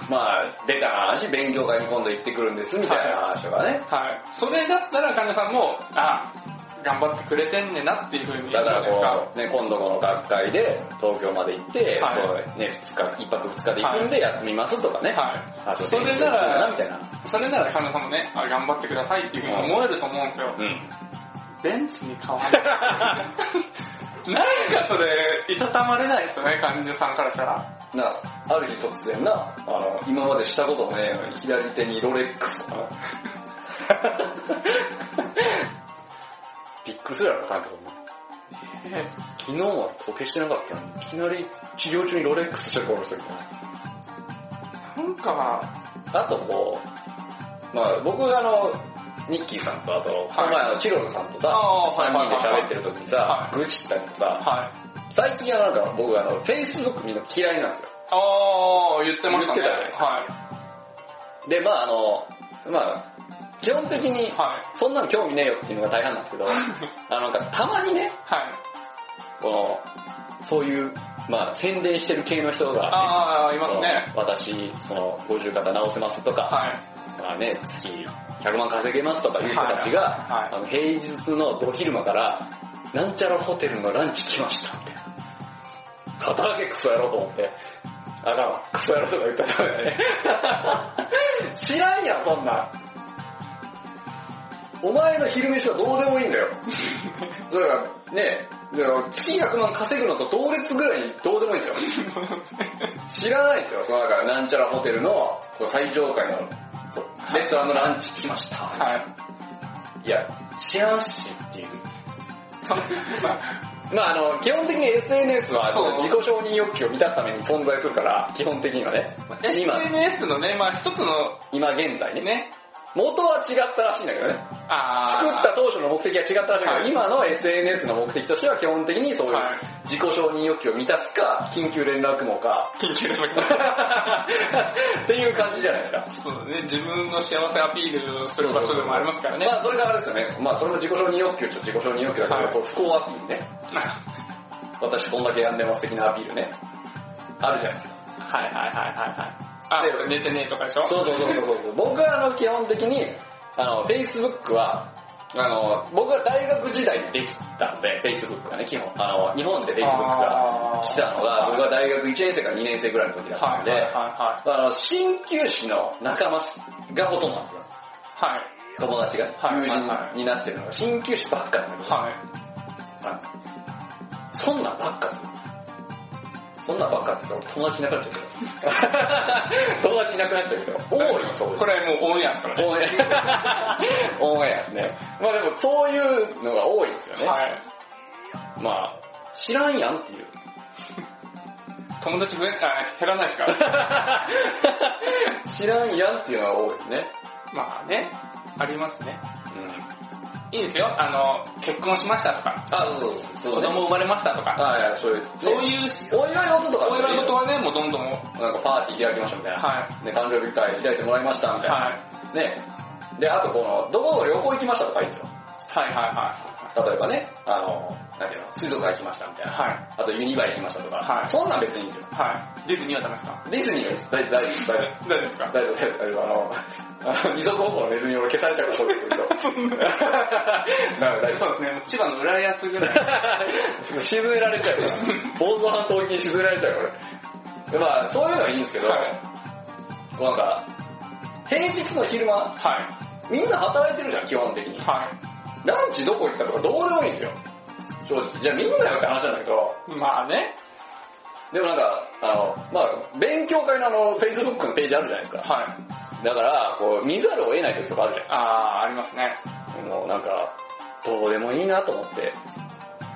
Speaker 1: そ、まあ、出た話、勉強会に今度行ってくるんですみたいな話とかね。
Speaker 2: はい。それだったら患者さんも、あ頑張ってくれてんねなっていうふうに言
Speaker 1: だ
Speaker 2: うじ
Speaker 1: か
Speaker 2: ゃな
Speaker 1: ら
Speaker 2: いですか。
Speaker 1: こう、ね、今度この学会で東京まで行って、
Speaker 2: はい
Speaker 1: そうね、2日、一泊二日で行くんで休みますとかね。
Speaker 2: は
Speaker 1: あと
Speaker 2: それなら。
Speaker 1: 勉強になるない
Speaker 2: それなら患者さんもね、あ頑張ってくださいっていうふうに思えると思うんですよ。
Speaker 1: みたいな。
Speaker 2: ベンツに変わん ない。なんかそれ、いたたまれないですよね、患者さんからしたら。
Speaker 1: うん。な、ある日突然な、あの、今までしたこともねえのに、左手にロレックスとか。 びっくりするやろ、感覚も。
Speaker 2: え
Speaker 1: 昨日は時計してなかったのに、いきなり治療中にロレックスしてるこの人みたいな。
Speaker 2: なんかは、
Speaker 1: あとこう、まあ僕があの、ニッキーさんとあと、この前あのチロルさんとさ、
Speaker 2: あー
Speaker 1: 3人で喋ってる時にさ
Speaker 2: は、
Speaker 1: 愚痴ったりとさ、
Speaker 2: はい。
Speaker 1: 最近はなんか僕あの、Facebook 見るの嫌いなんですよ。
Speaker 2: ああ、言ってましたね。
Speaker 1: 言ってたじ
Speaker 2: は
Speaker 1: で、まああの、まあ基本的
Speaker 2: い。
Speaker 1: に、
Speaker 2: はい。
Speaker 1: そんなの興味ねえよっていうのが大半なんですけ ど、あのなんかたまにね、
Speaker 2: はい。
Speaker 1: この、そういう、まあ宣伝してる系の人が、
Speaker 2: ああ、い
Speaker 1: こ
Speaker 2: ま
Speaker 1: の
Speaker 2: すね。
Speaker 1: 私、その、50肩直せますとか、
Speaker 2: はい。
Speaker 1: まあね、月100万稼げますとかいう人たちが、
Speaker 2: はいはい
Speaker 1: あの平日のど昼間から、なんちゃらホテルのランチ来ましたみたいな。肩上げクソやろうと思って。あらわ、クソやろうとか言ったらダメだね。 知らんやん、そんなん。お前の昼飯はどうでもいいんだ よ。だからね、だから月100万稼ぐのと同列ぐらいにどうでもいいんですよ。 知らないですよ。そのだからなんちゃらホテルのこう最上階のそうレストランのランチ来ました。
Speaker 2: はい。
Speaker 1: いや、知らんしっていう。まああの、基本的に SNS は
Speaker 2: そう
Speaker 1: 自己承認欲求を満たすために存在するから、基本的にはね。今、
Speaker 2: SNS のね、まあ一つの
Speaker 1: 今現在ね。
Speaker 2: ね、
Speaker 1: 元は違ったらしいんだけどね。
Speaker 2: ああ、
Speaker 1: 作った当初の目的は違ったらしいけど、
Speaker 2: はい
Speaker 1: 今の SNS の目的としては基本的にそういう
Speaker 2: はい
Speaker 1: 自己承認欲求を満たすか、緊急連絡網 か、
Speaker 2: 緊急連絡。
Speaker 1: っていう感じじゃないですか。
Speaker 2: そうね、自分の幸せアピールする場所でもありますからね。
Speaker 1: まあそれがあれですよね。まあそれも自己承認欲求と自己承認欲求だけど、
Speaker 2: はい
Speaker 1: こう不幸アピールね。私こんだけやんでます的なアピールね。あるじゃないですか。
Speaker 2: はいはいはいはいはい。あ、
Speaker 1: で
Speaker 2: 寝てねえとかでしょ
Speaker 1: そうそうそうそうそう。僕はあの基本的に、あの、Facebook は、あの、僕は大学時代にできたんで、Facebook がね、基本。あの、日本で Facebook が
Speaker 2: あー
Speaker 1: 来たのが、僕は大学1年生から2年生ぐらいの時だった
Speaker 2: は
Speaker 1: ん
Speaker 2: い
Speaker 1: で、
Speaker 2: はいは
Speaker 1: あの、鍼灸師の仲間がほとんどなんですよ。
Speaker 2: いはい。
Speaker 1: 友達が、
Speaker 2: はい
Speaker 1: 友
Speaker 2: はいは
Speaker 1: 人になってるのが、鍼灸師ばっかなんだけど、
Speaker 2: はい。
Speaker 1: はいそんなんばっかそんなんばっかって言ったら俺友達いなくなっちゃう けど。友達いなくなっちゃうけど、多いそういう
Speaker 2: これもうオンエアですからね。
Speaker 1: オ ンエア。オンエアですね。まあでもそういうのが多いんですよね。
Speaker 2: はい。
Speaker 1: まあ知らんやんって いう。
Speaker 2: 友達増え、あ減らないです から。
Speaker 1: 知らんやんっていうのが多いですね。
Speaker 2: まあね、ありますね。
Speaker 1: うん。
Speaker 2: いいですよ。あの、結婚しましたとか、
Speaker 1: あ、そうそうそう。
Speaker 2: 子供生まれましたとか、
Speaker 1: はいはい、そういう。
Speaker 2: そう
Speaker 1: う。
Speaker 2: いう、
Speaker 1: お祝い事とか
Speaker 2: お祝い事はね、もうどんどん、は
Speaker 1: なんかパーティー開きましたみたい
Speaker 2: い。
Speaker 1: な。
Speaker 2: は
Speaker 1: ね、誕生日会開いてもらいましたみたい
Speaker 2: い。
Speaker 1: な。
Speaker 2: はい
Speaker 1: ね。で、あとこの、どこどこ旅行行きましたとかいいんですよ。
Speaker 2: はいは
Speaker 1: 例えばね、あの、なんていうの、水族館行きましたみたい
Speaker 2: いはい。
Speaker 1: な。
Speaker 2: はい。
Speaker 1: あとユニバ行きましたとか。
Speaker 2: はい
Speaker 1: そんなん別にいいんですよ。
Speaker 2: はい。ディズニーはダメですか
Speaker 1: ディズニーは大丈夫、大丈夫、大丈夫。
Speaker 2: 大丈夫です か
Speaker 1: 大丈夫、大丈夫、あの、あの二足歩行のネズミ俺消されちゃうからそうですけど。なるほど大丈
Speaker 2: そうですね、もう千葉の浦安ぐらい。
Speaker 1: 夫。沈められち ゃうから。房総半島沖に沈められちゃうから。でまあ、そういうのはいいんですけど、
Speaker 2: はい
Speaker 1: こうなんか、平日の昼間、
Speaker 2: は
Speaker 1: みんな働いてるじゃん、基本的
Speaker 2: い。
Speaker 1: に。
Speaker 2: は
Speaker 1: ランチどこ行ったとかどうでもいいんですよ。正直。じゃあみんなよって話なんだけど、
Speaker 2: い。まあね。
Speaker 1: でもなんか、あの、まあ勉強会のあの、Facebook のページあるじゃないですか。
Speaker 2: はい。
Speaker 1: だから、こう、見ざるを得ない時とかあるじ
Speaker 2: ああ、ありますね。
Speaker 1: ゃん。もうなんか、どうでもいいなと思って、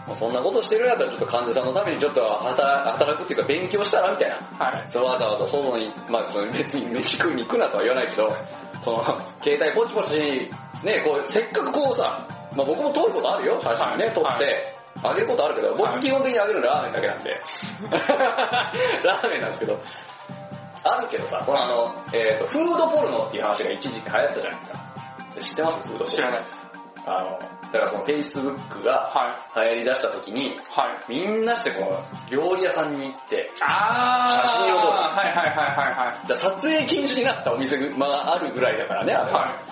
Speaker 1: もうそんなことしてるんやったらちょっと患者さんのためにちょっと働働くっていうか勉強したらみたいな。
Speaker 2: はい。
Speaker 1: そうわざわざ外に、まあその別に飯食いに行くなとは言わないけど、その、携帯ポチポチ、ね、こう、せっかくこうさ、まあ僕も撮ることあるよ、写真ね、
Speaker 2: はい
Speaker 1: 撮って。
Speaker 2: は
Speaker 1: あげることあるけど、
Speaker 2: は
Speaker 1: 僕
Speaker 2: い
Speaker 1: 基本的にあげるのラーメンだけなんで。 ラーメンなんですけど。あるけどさ、このあの、えっ、と、フードポルノっていう話が一時期流行ったじゃないですか。知ってますフードポルノ。
Speaker 2: 知らないです。
Speaker 1: あの、だからその Facebook が
Speaker 2: は
Speaker 1: 流行り出した時に、
Speaker 2: い。はい。
Speaker 1: みんなしてこう、料理屋さんに行って、
Speaker 2: ああ。
Speaker 1: 写真を撮る
Speaker 2: はいはいはいはいはい。
Speaker 1: だから撮影禁止になったお店があるぐらいだからね、あれは
Speaker 2: は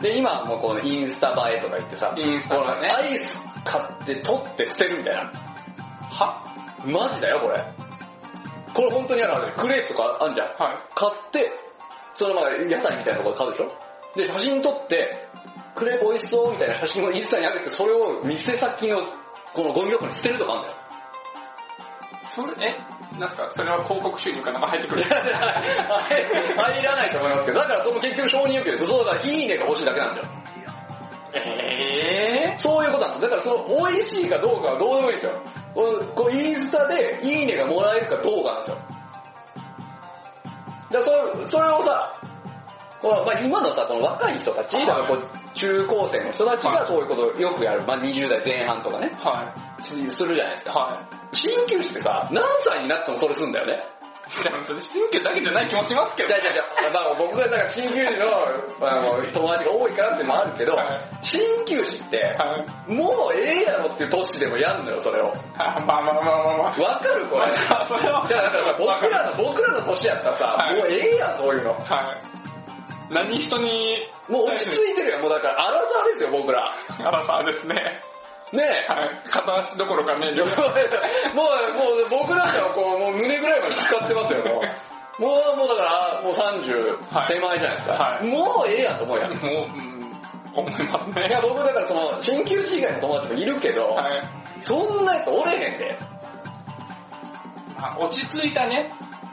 Speaker 1: で、今はもうこのインスタ映えとか言ってさ、
Speaker 2: い。インスタ
Speaker 1: ほら
Speaker 2: ね。
Speaker 1: アイス買って撮って捨てるみたいな。
Speaker 2: は
Speaker 1: マジだよ、これ。これ本当にあるはずでクレープとかあんじゃん。
Speaker 2: はい。
Speaker 1: 買って、そのまあ屋台みたいなところで買うでしょで、写真撮って、クレープ美味しそうみたいな写真をインスタに上げて、それを店先のこのゴミ箱に捨てるとかあんだよ。
Speaker 2: それ、え、なんすかそれは広告収入かなんか入ってくる。
Speaker 1: 入らないと思いますけど、だからその結局承認欲求です。そうだから、いいねが欲しいだけなんですよ。
Speaker 2: え
Speaker 1: そういうことなんです。だからその美味しいかどうかはどうでもいいんですよ。こうインスタでいいねがもらえるかどうかなんですよ。だからそれそれをさ、このまあ、今のさ、この若い人たち、だからこう中高生の人たち
Speaker 2: は
Speaker 1: が
Speaker 2: い
Speaker 1: そういうことをよくやる、まあ、20代前半とかね、
Speaker 2: ー、は
Speaker 1: するじゃないです
Speaker 2: い。
Speaker 1: か。
Speaker 2: は
Speaker 1: 鍼灸師ってさ、何歳になってもそれすんだよね。
Speaker 2: い。でもそれ神経だけじゃない気もしますけ
Speaker 1: じ
Speaker 2: ど。
Speaker 1: ゃあじゃあじゃあ、まあ、僕がだから鍼灸師のあの友達が多いからってのもあるけど
Speaker 2: はい、
Speaker 1: 鍼灸師って、
Speaker 2: はい。
Speaker 1: もうええやろっていう年でもやんのよ、それを。
Speaker 2: あまあまあまあまあまあ。
Speaker 1: わかるこ
Speaker 2: ま
Speaker 1: れ。
Speaker 2: あそれは
Speaker 1: じゃあだからさ僕らの、僕らの年やったらさ、
Speaker 2: はい
Speaker 1: もうええやん、そういうの。
Speaker 2: はい。何人に、
Speaker 1: もう落ち着いてるよ、もうだから、アラサーですよ、僕ら。
Speaker 2: あらさですね。
Speaker 1: ねえ。
Speaker 2: はい。片足どころかね、
Speaker 1: も
Speaker 2: 両
Speaker 1: う、も
Speaker 2: 方
Speaker 1: う僕らではこう、もう胸ぐらいまで使ってますよ、もう。もう、もうだから、もう30
Speaker 2: はい
Speaker 1: 手前じゃないですか。
Speaker 2: はい
Speaker 1: もうええやんと思うやん。い
Speaker 2: もう、うん、思いますね。
Speaker 1: や、僕だからその、鍼灸師以外の友達もいるけど、
Speaker 2: はい。
Speaker 1: そんなやつおれへんで。
Speaker 2: あ落ち着いたね、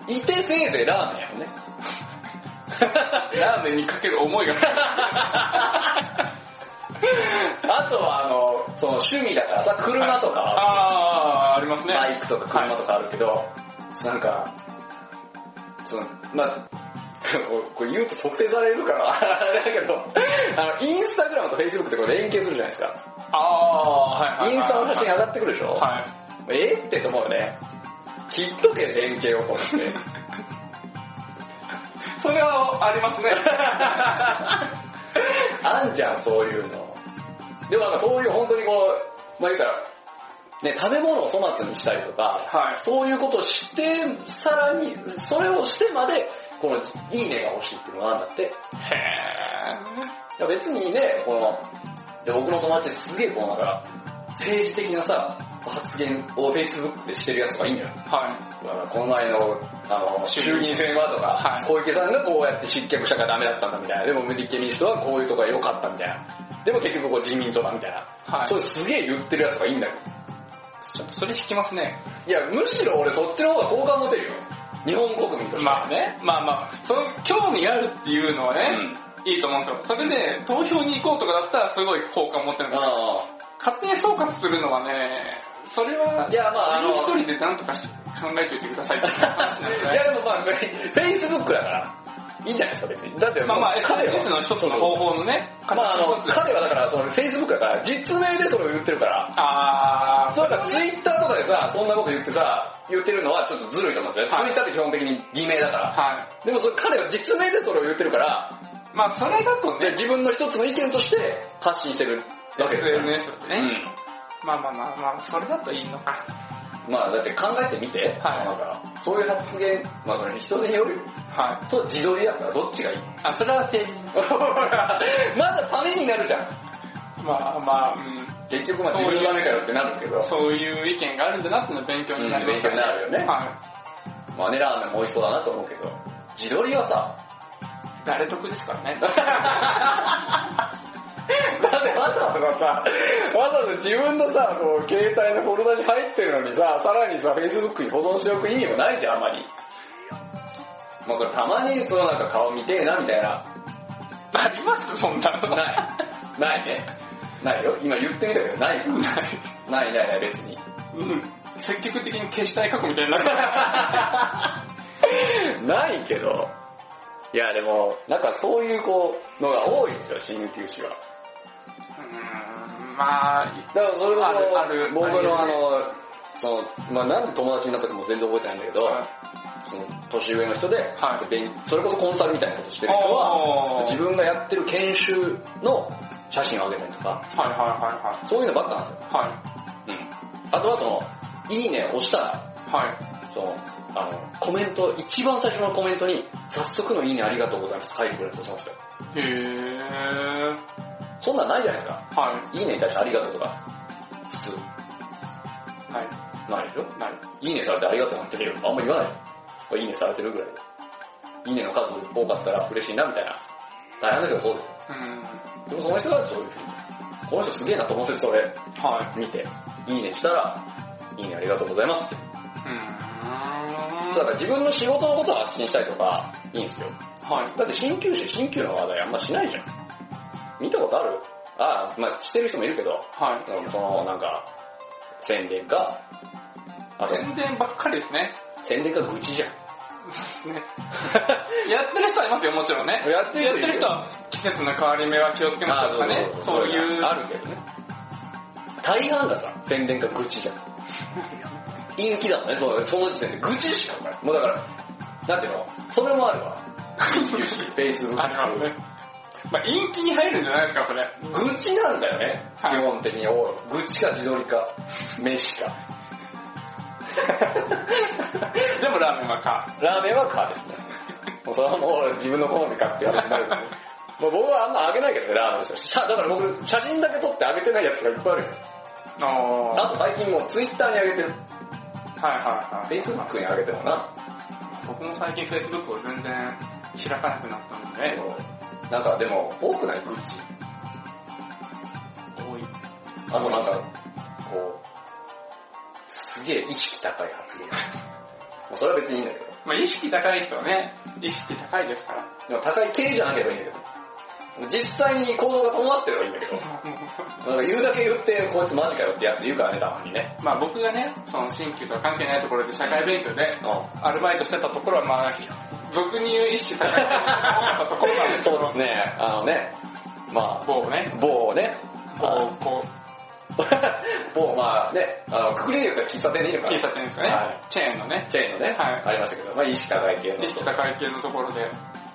Speaker 1: いてせいぜいラーメンや もんね。
Speaker 2: ラーメンにかける思いが。
Speaker 1: あとはあの、その趣味だからさ、車とかは
Speaker 2: あー、ありますね。
Speaker 1: バイクとか車とかあるけど、なんか、その、まあ これ言うと特定されるから、あれだけど、あの、インスタグラムとフェイスブックってこれ連携するじゃないですか。
Speaker 2: あー、はいはいはい。
Speaker 1: インスタの写真上がってくるでしょ、
Speaker 2: は
Speaker 1: えーってと思うよね。きっとけ連携を と思って。
Speaker 2: い。それはありますね。
Speaker 1: あんじゃん、そういうの。でもなんかそういう本当にこう、まあ言うたら、ね、食べ物を粗末にしたりとか、
Speaker 2: はい。
Speaker 1: そういうことをして、さらに、それをしてまで、この、いいねが欲しいっていうのがあるんだって。
Speaker 2: へ
Speaker 1: いや別にね、この、で、僕の友達すげえこうなんか、政治的なさ、発言を Facebook でしてるやつがいいんだよ。
Speaker 2: は
Speaker 1: だからこの前の、あの、衆議院選はとか、
Speaker 2: はい
Speaker 1: 小池さんがこうやって失脚者がダメだったんだみたいな。でも立憲民主党はこういうとこが良かったみたいな。でも結局こう自民党だみたいな。
Speaker 2: はい
Speaker 1: それすげえ言ってるやつがいいんだよ。
Speaker 2: い。ちょっとそれ引きますね。
Speaker 1: いや、むしろ俺そっちの方が好感持てるよ。日本国民として。
Speaker 2: まあね、まあまあ、その興味があるっていうのはね、いいと思うんですよ。それで投票に行こうとかだったらすごい好感持ってるんだけど、
Speaker 1: あ
Speaker 2: 勝手に総括するのはね、それは、
Speaker 1: いやまああの
Speaker 2: 自分一人で何とかし考えておいてくださいっていう話なんです
Speaker 1: あ。い
Speaker 2: ね。
Speaker 1: やでもまあ、フェイスブックだから、いいんじゃないですか別に。だってもう
Speaker 2: まあまあ、
Speaker 1: 彼
Speaker 2: SNS
Speaker 1: は、
Speaker 2: の一つの方法のね、
Speaker 1: まああの、
Speaker 2: 形の一つ
Speaker 1: 彼はだから、そのフェイスブックだから、実名でそれを言ってるから、
Speaker 2: あー、
Speaker 1: そうなんかツイッターとかでさ、そんなこと言ってさ、言ってるのはちょっとずるいと思うんですよ。
Speaker 2: はい
Speaker 1: ツイッターって基本的に偽名だから。
Speaker 2: は
Speaker 1: でもそれ彼は実名でそれを言ってるから、
Speaker 2: い。まあそれだと
Speaker 1: で
Speaker 2: ね、
Speaker 1: 自分の一つの意見として発信してるわけですよ。
Speaker 2: SNS って
Speaker 1: う
Speaker 2: ね、
Speaker 1: ん。
Speaker 2: まあまあまあまあ、それだといいのか。
Speaker 1: まあだって考えてみて、だからそういう発言、まあそれ人による
Speaker 2: はい。
Speaker 1: と自撮りだったらどっちがいい
Speaker 2: あ、それは政治。
Speaker 1: ほらまだためになるじゃん。
Speaker 2: まあまあ、うん。
Speaker 1: 結局まあ自分のためかよってなるけど、
Speaker 2: そういう意見があるんだなっていうのは勉強になりました
Speaker 1: うん勉強になるよね
Speaker 2: はい。
Speaker 1: まあね、ラーメンも美味しそうだなと思うけど、自撮りはさ、
Speaker 2: 誰得です からね。
Speaker 1: だって わざわざさ、わざわざ自分のさ、こう、携帯のフォルダに入ってるのにさ、さらにさ、Facebook に保存しておく意味もないじゃん、あんまり。まあそれたまにそのなんか顔見てえな、みたいな。
Speaker 2: ありますそんなの。
Speaker 1: ない。ないね。ないよ。今言ってみたけど、ない。ないないない、別に。
Speaker 2: うん。積極的に消したい過去みたいになる。
Speaker 1: ないけど。いや、でも、なんかそういうこう、のが多いんですよ、新旧市は。
Speaker 2: うん、まあ、
Speaker 1: だからそれこそ
Speaker 2: あるある
Speaker 1: 僕の
Speaker 2: あ
Speaker 1: あ
Speaker 2: る
Speaker 1: の、その、まあなんで友達になったかも全然覚えてないんだけど、その年上の人で、
Speaker 2: はい
Speaker 1: 勉それこそコンサルみたいなことしてる人は
Speaker 2: お、ー
Speaker 1: 自分がやってる研修の写真をあげたりとか、
Speaker 2: はいはいは
Speaker 1: そういうのばっかなんですよ。
Speaker 2: いはい。
Speaker 1: あとはその、いいねを押したら、
Speaker 2: はい。はい。
Speaker 1: その、あの、コメント、一番最初のコメントに、早速のいいねありがとうございますって書いてくれるとその人。
Speaker 2: へー。
Speaker 1: そんなんないじゃないですか。
Speaker 2: はい
Speaker 1: いねに対してありがとうとか、普通、。
Speaker 2: はい。
Speaker 1: ないでしょ
Speaker 2: ない。
Speaker 1: いいねされてありがとうなんてねあんま言わないでいいねされてるぐらいで。いいねの数多かったら嬉しいなみたいな。大変ですよ、そうで
Speaker 2: うん。
Speaker 1: す。でもその人がそういうふうに。この人すげえなと思ってそれ
Speaker 2: は
Speaker 1: 見て、いいねしたら、いいねありがとうございますって。
Speaker 2: い。う
Speaker 1: だか
Speaker 2: ん。
Speaker 1: ら自分の仕事のことを発信したりとか、いいんですよ。
Speaker 2: はい。
Speaker 1: だって新旧市、新旧の話題あんましないじゃん。見たことあるああ、まあしてる人もいるけど、
Speaker 2: はい。
Speaker 1: そのなんか、宣伝か、あと、
Speaker 2: 宣伝ばっかりですね。
Speaker 1: 宣伝か愚痴じゃん。
Speaker 2: ね やってる人はいますよ、もちろんね。
Speaker 1: やってる
Speaker 2: やっ
Speaker 1: 人いる
Speaker 2: てる人は季節の変わり目は気をつけましょうとかね。
Speaker 1: そ
Speaker 2: そうう
Speaker 1: い。
Speaker 2: いうう。
Speaker 1: あるけどね。大半がさ、宣伝か愚 痴じゃん。陰気だもんね、そうその時点で。愚痴しかない。もうだから、なんていうのそれもある わ。フェイスブ
Speaker 2: ありますね。まあ、陰気に入るんじゃないですか、それ。
Speaker 1: 愚痴なんだよね、
Speaker 2: はい
Speaker 1: 基本的に多い。愚痴か自撮りか、飯か。
Speaker 2: でもラーメンはか。
Speaker 1: ラーメンはカー ですね。もうそれはもう自分の好みかって話になるけどね。もう僕はあんまあげないけどね、ラーメンの写真だから僕、写真だけ撮ってあげてないやつがいっぱいあるよ。
Speaker 2: おー。
Speaker 1: あと最近もうツイッターにあげてる。
Speaker 2: はいはいは
Speaker 1: フェイスブックにあげてもな。
Speaker 2: い。僕も最近 Facebook を全然開かなくなったので、
Speaker 1: なんかでも、多くない愚痴。
Speaker 2: 多い。
Speaker 1: あとなんか、こう、すげえ意識高い発言。もうそれは別にいいんだけど。
Speaker 2: まあ、意識高い人はね、意識高いですから。
Speaker 1: でも高い系じゃなければいいんだけど。実際に行動が伴ってればいいんだけど。なんか言うだけ言って、こいつマジかよってやつ言うからね、たまにね。
Speaker 2: まあ僕がね、その新旧とは関係ないところで社会勉強で
Speaker 1: う
Speaker 2: アルバイトしてたところはまあ、俗に言う意識高い人が多かったところなんですけ
Speaker 1: そうで
Speaker 2: ど
Speaker 1: す、ね、あのね、まあ、
Speaker 2: 某ね、
Speaker 1: 某ね、
Speaker 2: こう、こ
Speaker 1: 某まあね、あの、くくりで言ったら喫茶店でいいの
Speaker 2: う、
Speaker 1: かな
Speaker 2: 喫茶店ですか
Speaker 1: は
Speaker 2: ね。チェーンのね、
Speaker 1: チェーンのね、
Speaker 2: はい
Speaker 1: ありましたけど、まあ意識高い系の。
Speaker 2: 意識高い系のところで。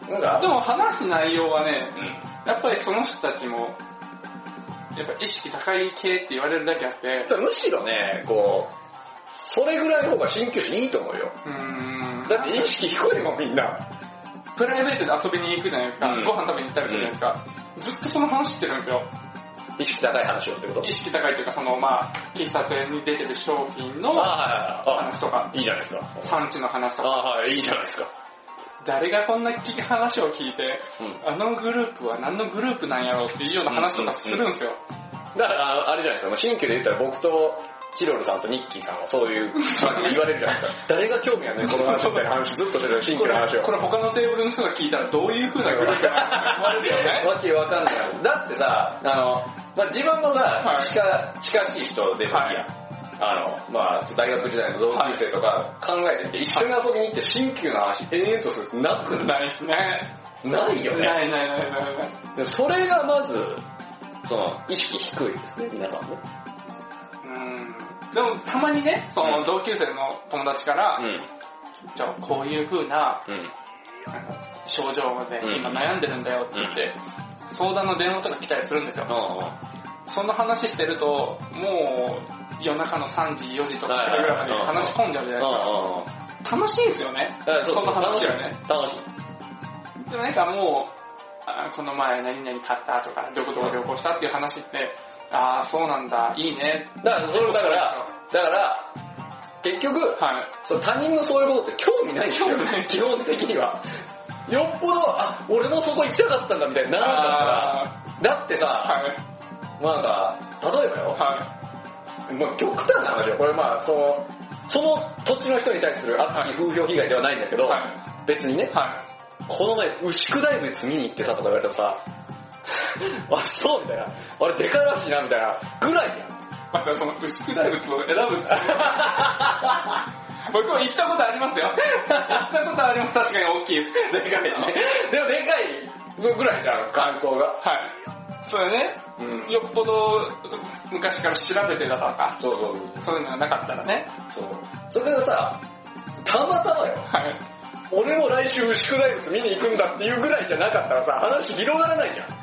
Speaker 1: なんか、
Speaker 2: でも話す内容はね、
Speaker 1: うん。
Speaker 2: やっぱりその人たちも、やっぱ意識高い系って言われるだけあって、
Speaker 1: むしろね、こう、それぐらいの方が新旧市いいと思うよ。
Speaker 2: うーん。
Speaker 1: だって意識低いもんみんな。
Speaker 2: プライベートで遊びに行くじゃないですか、
Speaker 1: うん
Speaker 2: ご飯食べに行ったりするじゃないですか、ずっとその話してるんですよ。
Speaker 1: 意識高い話をってこと
Speaker 2: 意識高いというか、その、まあ、喫茶店に出てる商品
Speaker 1: あ
Speaker 2: の
Speaker 1: はいはいはい
Speaker 2: 話とか
Speaker 1: あ、、いいじゃないですか。
Speaker 2: 産地の話と
Speaker 1: あ
Speaker 2: か、
Speaker 1: はい、いいじゃないですか。
Speaker 2: 誰がこんなき話を聞いて、
Speaker 1: うん。
Speaker 2: あのグループは何のグループなんやろうっていうような話とかするんですよ。
Speaker 1: だから、あれじゃないですか、もう新旧で言ったら僕と、キロルさんとニッキーさんはそういう感じで言われるじゃない ですか。誰が興味あるね、この話みたいな話ずっとしてる新旧
Speaker 2: こ
Speaker 1: の
Speaker 2: れ
Speaker 1: 話を。
Speaker 2: これ他のテーブルの人が聞いたらどういう風なグループなのか困るよね。
Speaker 1: わけわかんない。だってさ、あの、まあ、自分のさ、
Speaker 2: はい
Speaker 1: 近、近しい人で時や、
Speaker 2: はい
Speaker 1: あの、まあ、大学時代の同級生とか考えてて、一緒に遊びに行って新旧の話延々とするってなくな
Speaker 2: ないですね。
Speaker 1: いないよね。
Speaker 2: ないないないないない。
Speaker 1: でもそれがまず、その、意識低いですね、皆さんも。
Speaker 2: うんでもたまにね、そうの
Speaker 1: ん
Speaker 2: 同級生の友達から、
Speaker 1: う
Speaker 2: じゃあこういう風な、
Speaker 1: ん。うん。
Speaker 2: なんか症状で
Speaker 1: うん
Speaker 2: 今悩んでるんだよって言って、相談の電話とか来たりするんですよ。
Speaker 1: あ
Speaker 2: その話してると、もう夜中の3時、4時とか
Speaker 1: はい
Speaker 2: それぐらいまで話し込んじゃうじゃ
Speaker 1: あ、
Speaker 2: ないで
Speaker 1: ああ。
Speaker 2: すか。楽しいですよね。
Speaker 1: だからそう
Speaker 2: その話はね。
Speaker 1: 楽しい。
Speaker 2: でもなんかもう、あーこの前何々買ったとか、どこどこ旅行したっていう話って、ああ、そうなんだ、いいね。
Speaker 1: だから、それだから、だから、結局、
Speaker 2: はい。
Speaker 1: その他人のそういうことって興味ないんですよ
Speaker 2: 興味ない。
Speaker 1: 基本的には。よっぽど、あ、俺もそこ行きたかったんだみたいになるんだか
Speaker 2: あ
Speaker 1: ら、だって
Speaker 2: ー
Speaker 1: さ、
Speaker 2: はい。
Speaker 1: まあなんか、例えばよ、
Speaker 2: は
Speaker 1: まあ極端な話よ。これまあ、その、その土地の人に対する熱き風評被害ではないんだけ
Speaker 2: い。
Speaker 1: ど、
Speaker 2: は
Speaker 1: 別にね
Speaker 2: い。、はい。
Speaker 1: この前、牛久大仏見に行ってさとか言われたらさ、 あ、そうみたいな。あれ、でかいらしいな、みたいな。ぐらいやん。
Speaker 2: またその牛久大仏を選ぶ んです僕も行ったことありますよ。行ったことあります。確かに大きいです。
Speaker 1: でかいね。 でもでかいぐらいじゃん、感想が。
Speaker 2: はい。それね、
Speaker 1: うん。
Speaker 2: よっぽど昔から調べてたとか、
Speaker 1: そうそう
Speaker 2: そういうのがなかったらね。
Speaker 1: そう。それからさ、たまたまよ、
Speaker 2: はい。
Speaker 1: 俺も来週牛久大仏見に行くんだっていうぐらいじゃなかったらさ、話広がらないじゃん。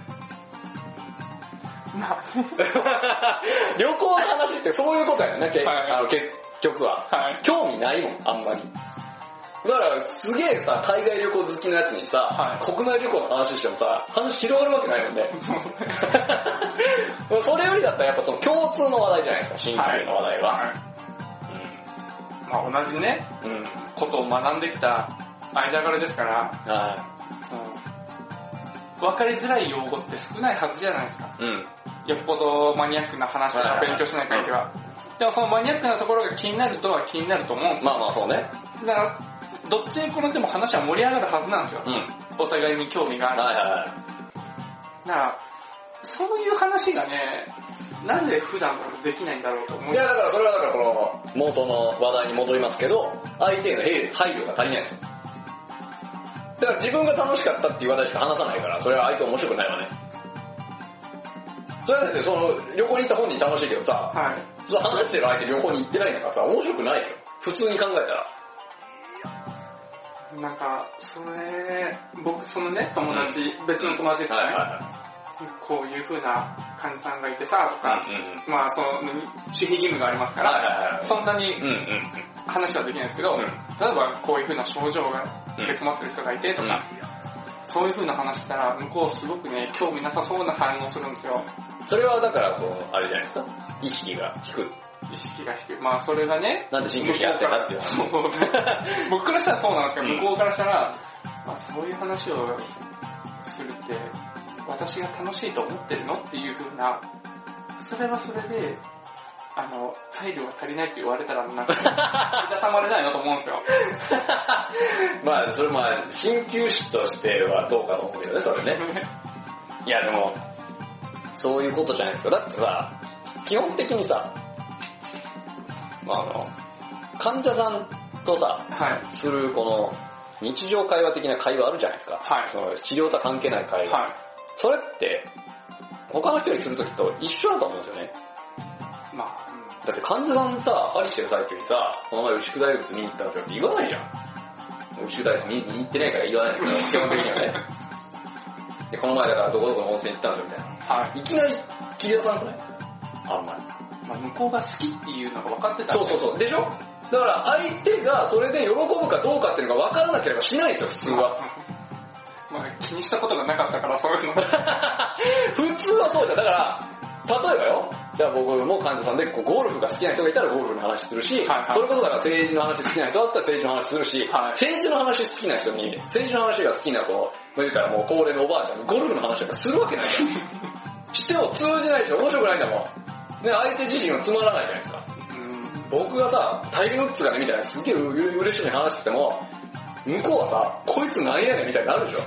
Speaker 2: まあ、
Speaker 1: 旅行の話ってそういうことやね、け
Speaker 2: はい
Speaker 1: あの結局は。
Speaker 2: はい。
Speaker 1: 興味ないもん、あんまり。だから、すげえさ、海外旅行好きなやつにさ、
Speaker 2: は
Speaker 1: 国内旅行の話してもさ、話広がるわけないもんね。 それよりだったらやっぱその共通の話題じゃないですか、新旧の話題は。
Speaker 2: いまあ同じね、
Speaker 1: うん。うん。
Speaker 2: ことを学んできた間柄ですから、
Speaker 1: は
Speaker 2: その分かりづらい用語って少ないはずじゃないですか。
Speaker 1: い。うん。
Speaker 2: よっぽどマニアックな話とか勉強しない限りは。でもそのマニアックなところが気になるとは気になると思うんですよ。
Speaker 1: まあまあそうね。
Speaker 2: だから、どっちに転んでも話は盛り上がるはずなんですよ
Speaker 1: う。ん。はい
Speaker 2: お互いに興味がある。
Speaker 1: はいはい。
Speaker 2: だから、そういう話がね、なぜ普段からできないんだろうと思う
Speaker 1: い。やだからそれはだからこの元の話題に戻りますけど、相手への配慮が足りないんですよ。だから自分が楽しかったっていう話しか話さないから、それは相手面白くないわね。それはだってその旅行に行った本人楽しいけどさ、
Speaker 2: はい。
Speaker 1: その話してる相手旅行に行ってないんだからさ、面白くないよ。普通に考えたら。
Speaker 2: なんか、それ、僕そのね、友達、別の友達ですね、
Speaker 1: は
Speaker 2: こういう風な患者さんがいてさ、とか、
Speaker 1: い。うんうん。
Speaker 2: まあその、守秘義務がありますから、
Speaker 1: はいはいはい
Speaker 2: そんなに
Speaker 1: うんうん。
Speaker 2: 話はできないですけど、
Speaker 1: うん
Speaker 2: 例えばこういう風な症状がで困ってる人がいてとか、そういう風な話したら向こうすごくね、興味なさそうな反応するんですよ。
Speaker 1: それはだからこう、あれじゃないですか。意識が低い。
Speaker 2: 意識が低い。まあそれがね、
Speaker 1: なんで進行しやってんだっていう話。
Speaker 2: そう 僕からしたらそうなんですけど、
Speaker 1: うん
Speaker 2: 向こうからしたら、まあそういう話をするって、私が楽しいと思ってるのっていう風な、それはそれで、あの、配慮が足りないって言われたらなんか、いたたまれないなと思うん ですよ。
Speaker 1: まあ、それまあ、鍼灸師としてはどうかと思うけどね、それね。いや、でも、そういうことじゃないですか。だってさ、基本的にさ、まああの、患者さんとさ、
Speaker 2: はい。
Speaker 1: するこの、日常会話的な会話あるじゃないですか。
Speaker 2: はい
Speaker 1: その治療とは関係ない会話。
Speaker 2: はい。
Speaker 1: それって、他の人にするときと一緒だと思うんですよね。
Speaker 2: まあ、うん
Speaker 1: だって患者さんさ、針してる最中にさ、この前牛久大仏見に行ったんですよって言わないじゃん。牛久大仏見に行ってないから言わないんだけど、基本的にはね。で、この前だからどこどこの温泉行ったんですよみたい
Speaker 2: はい。
Speaker 1: な。いきなり切り出さなくないあんまり。
Speaker 2: まあ、向こうが好きっていうのが分かってた
Speaker 1: そう そうそう。でしょだから相手がそれで喜ぶかどうかっていうのが分からなければしないんですよ、普通は。
Speaker 2: まあ、気にしたことがなかったから、そういうの。
Speaker 1: 普通はそうじゃん。だから、例えばよ、じゃあ僕も患者さんでこうゴルフが好きな人がいたらゴルフの話するし、
Speaker 2: はいはい
Speaker 1: それこそだから政治の話好きな人だったら政治の話するし、
Speaker 2: はい
Speaker 1: 政治の話好きな人に、政治の話が好きな子、まあ言うたらもう高齢のおばあちゃんにゴルフの話とかするわけないじゃん。しても通じないし面白くないんだもん。ね、相手自身はつまらないじゃないですか。
Speaker 2: うん。
Speaker 1: 僕がさ、タイムウッズがね、みたいなすげえうう嬉しそうに話してても、向こうはさ、こいつなんやねんみたいになるでしょ。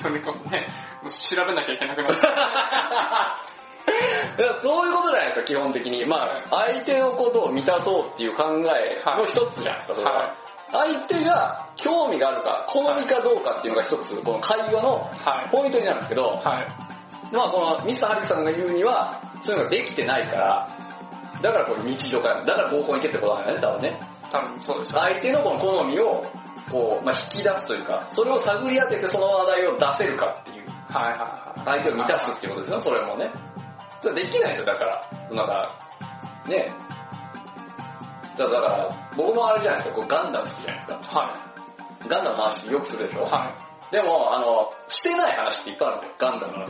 Speaker 2: それこそね、調べなきゃいけなくなる。
Speaker 1: だからそういうことじゃないですか、基本的に。まあ、相手のことを満たそうっていう考えの一つじゃないですか、それは。
Speaker 2: はい
Speaker 1: 相手が興味があるか、好みかどうかっていうのが一つ、この会話の
Speaker 2: はい。
Speaker 1: ポイントになるんですけど、
Speaker 2: はい。
Speaker 1: まあこのミスターハリスさんが言うには、そういうのができてないから、だからこれ日常会話、だから合コン行けってことなんだよね、多分ね。
Speaker 2: 多分そうでしょう。
Speaker 1: 相手のこの好みを、こう、まあ引き出すというか、それを探り当ててその話題を出せるかっていう。
Speaker 2: はいはいはい。
Speaker 1: 相手を満たすっていうことですよ、それもね。それできないですよ、だから。なんか、ねだだから、僕もあれじゃないですか、こうガンダム好きじゃないですか。
Speaker 2: は
Speaker 1: ガンダムの話よくするでしょ
Speaker 2: い。。はい。
Speaker 1: でも、あの、してない話っていっぱいあるんですよ、ガンダムの話。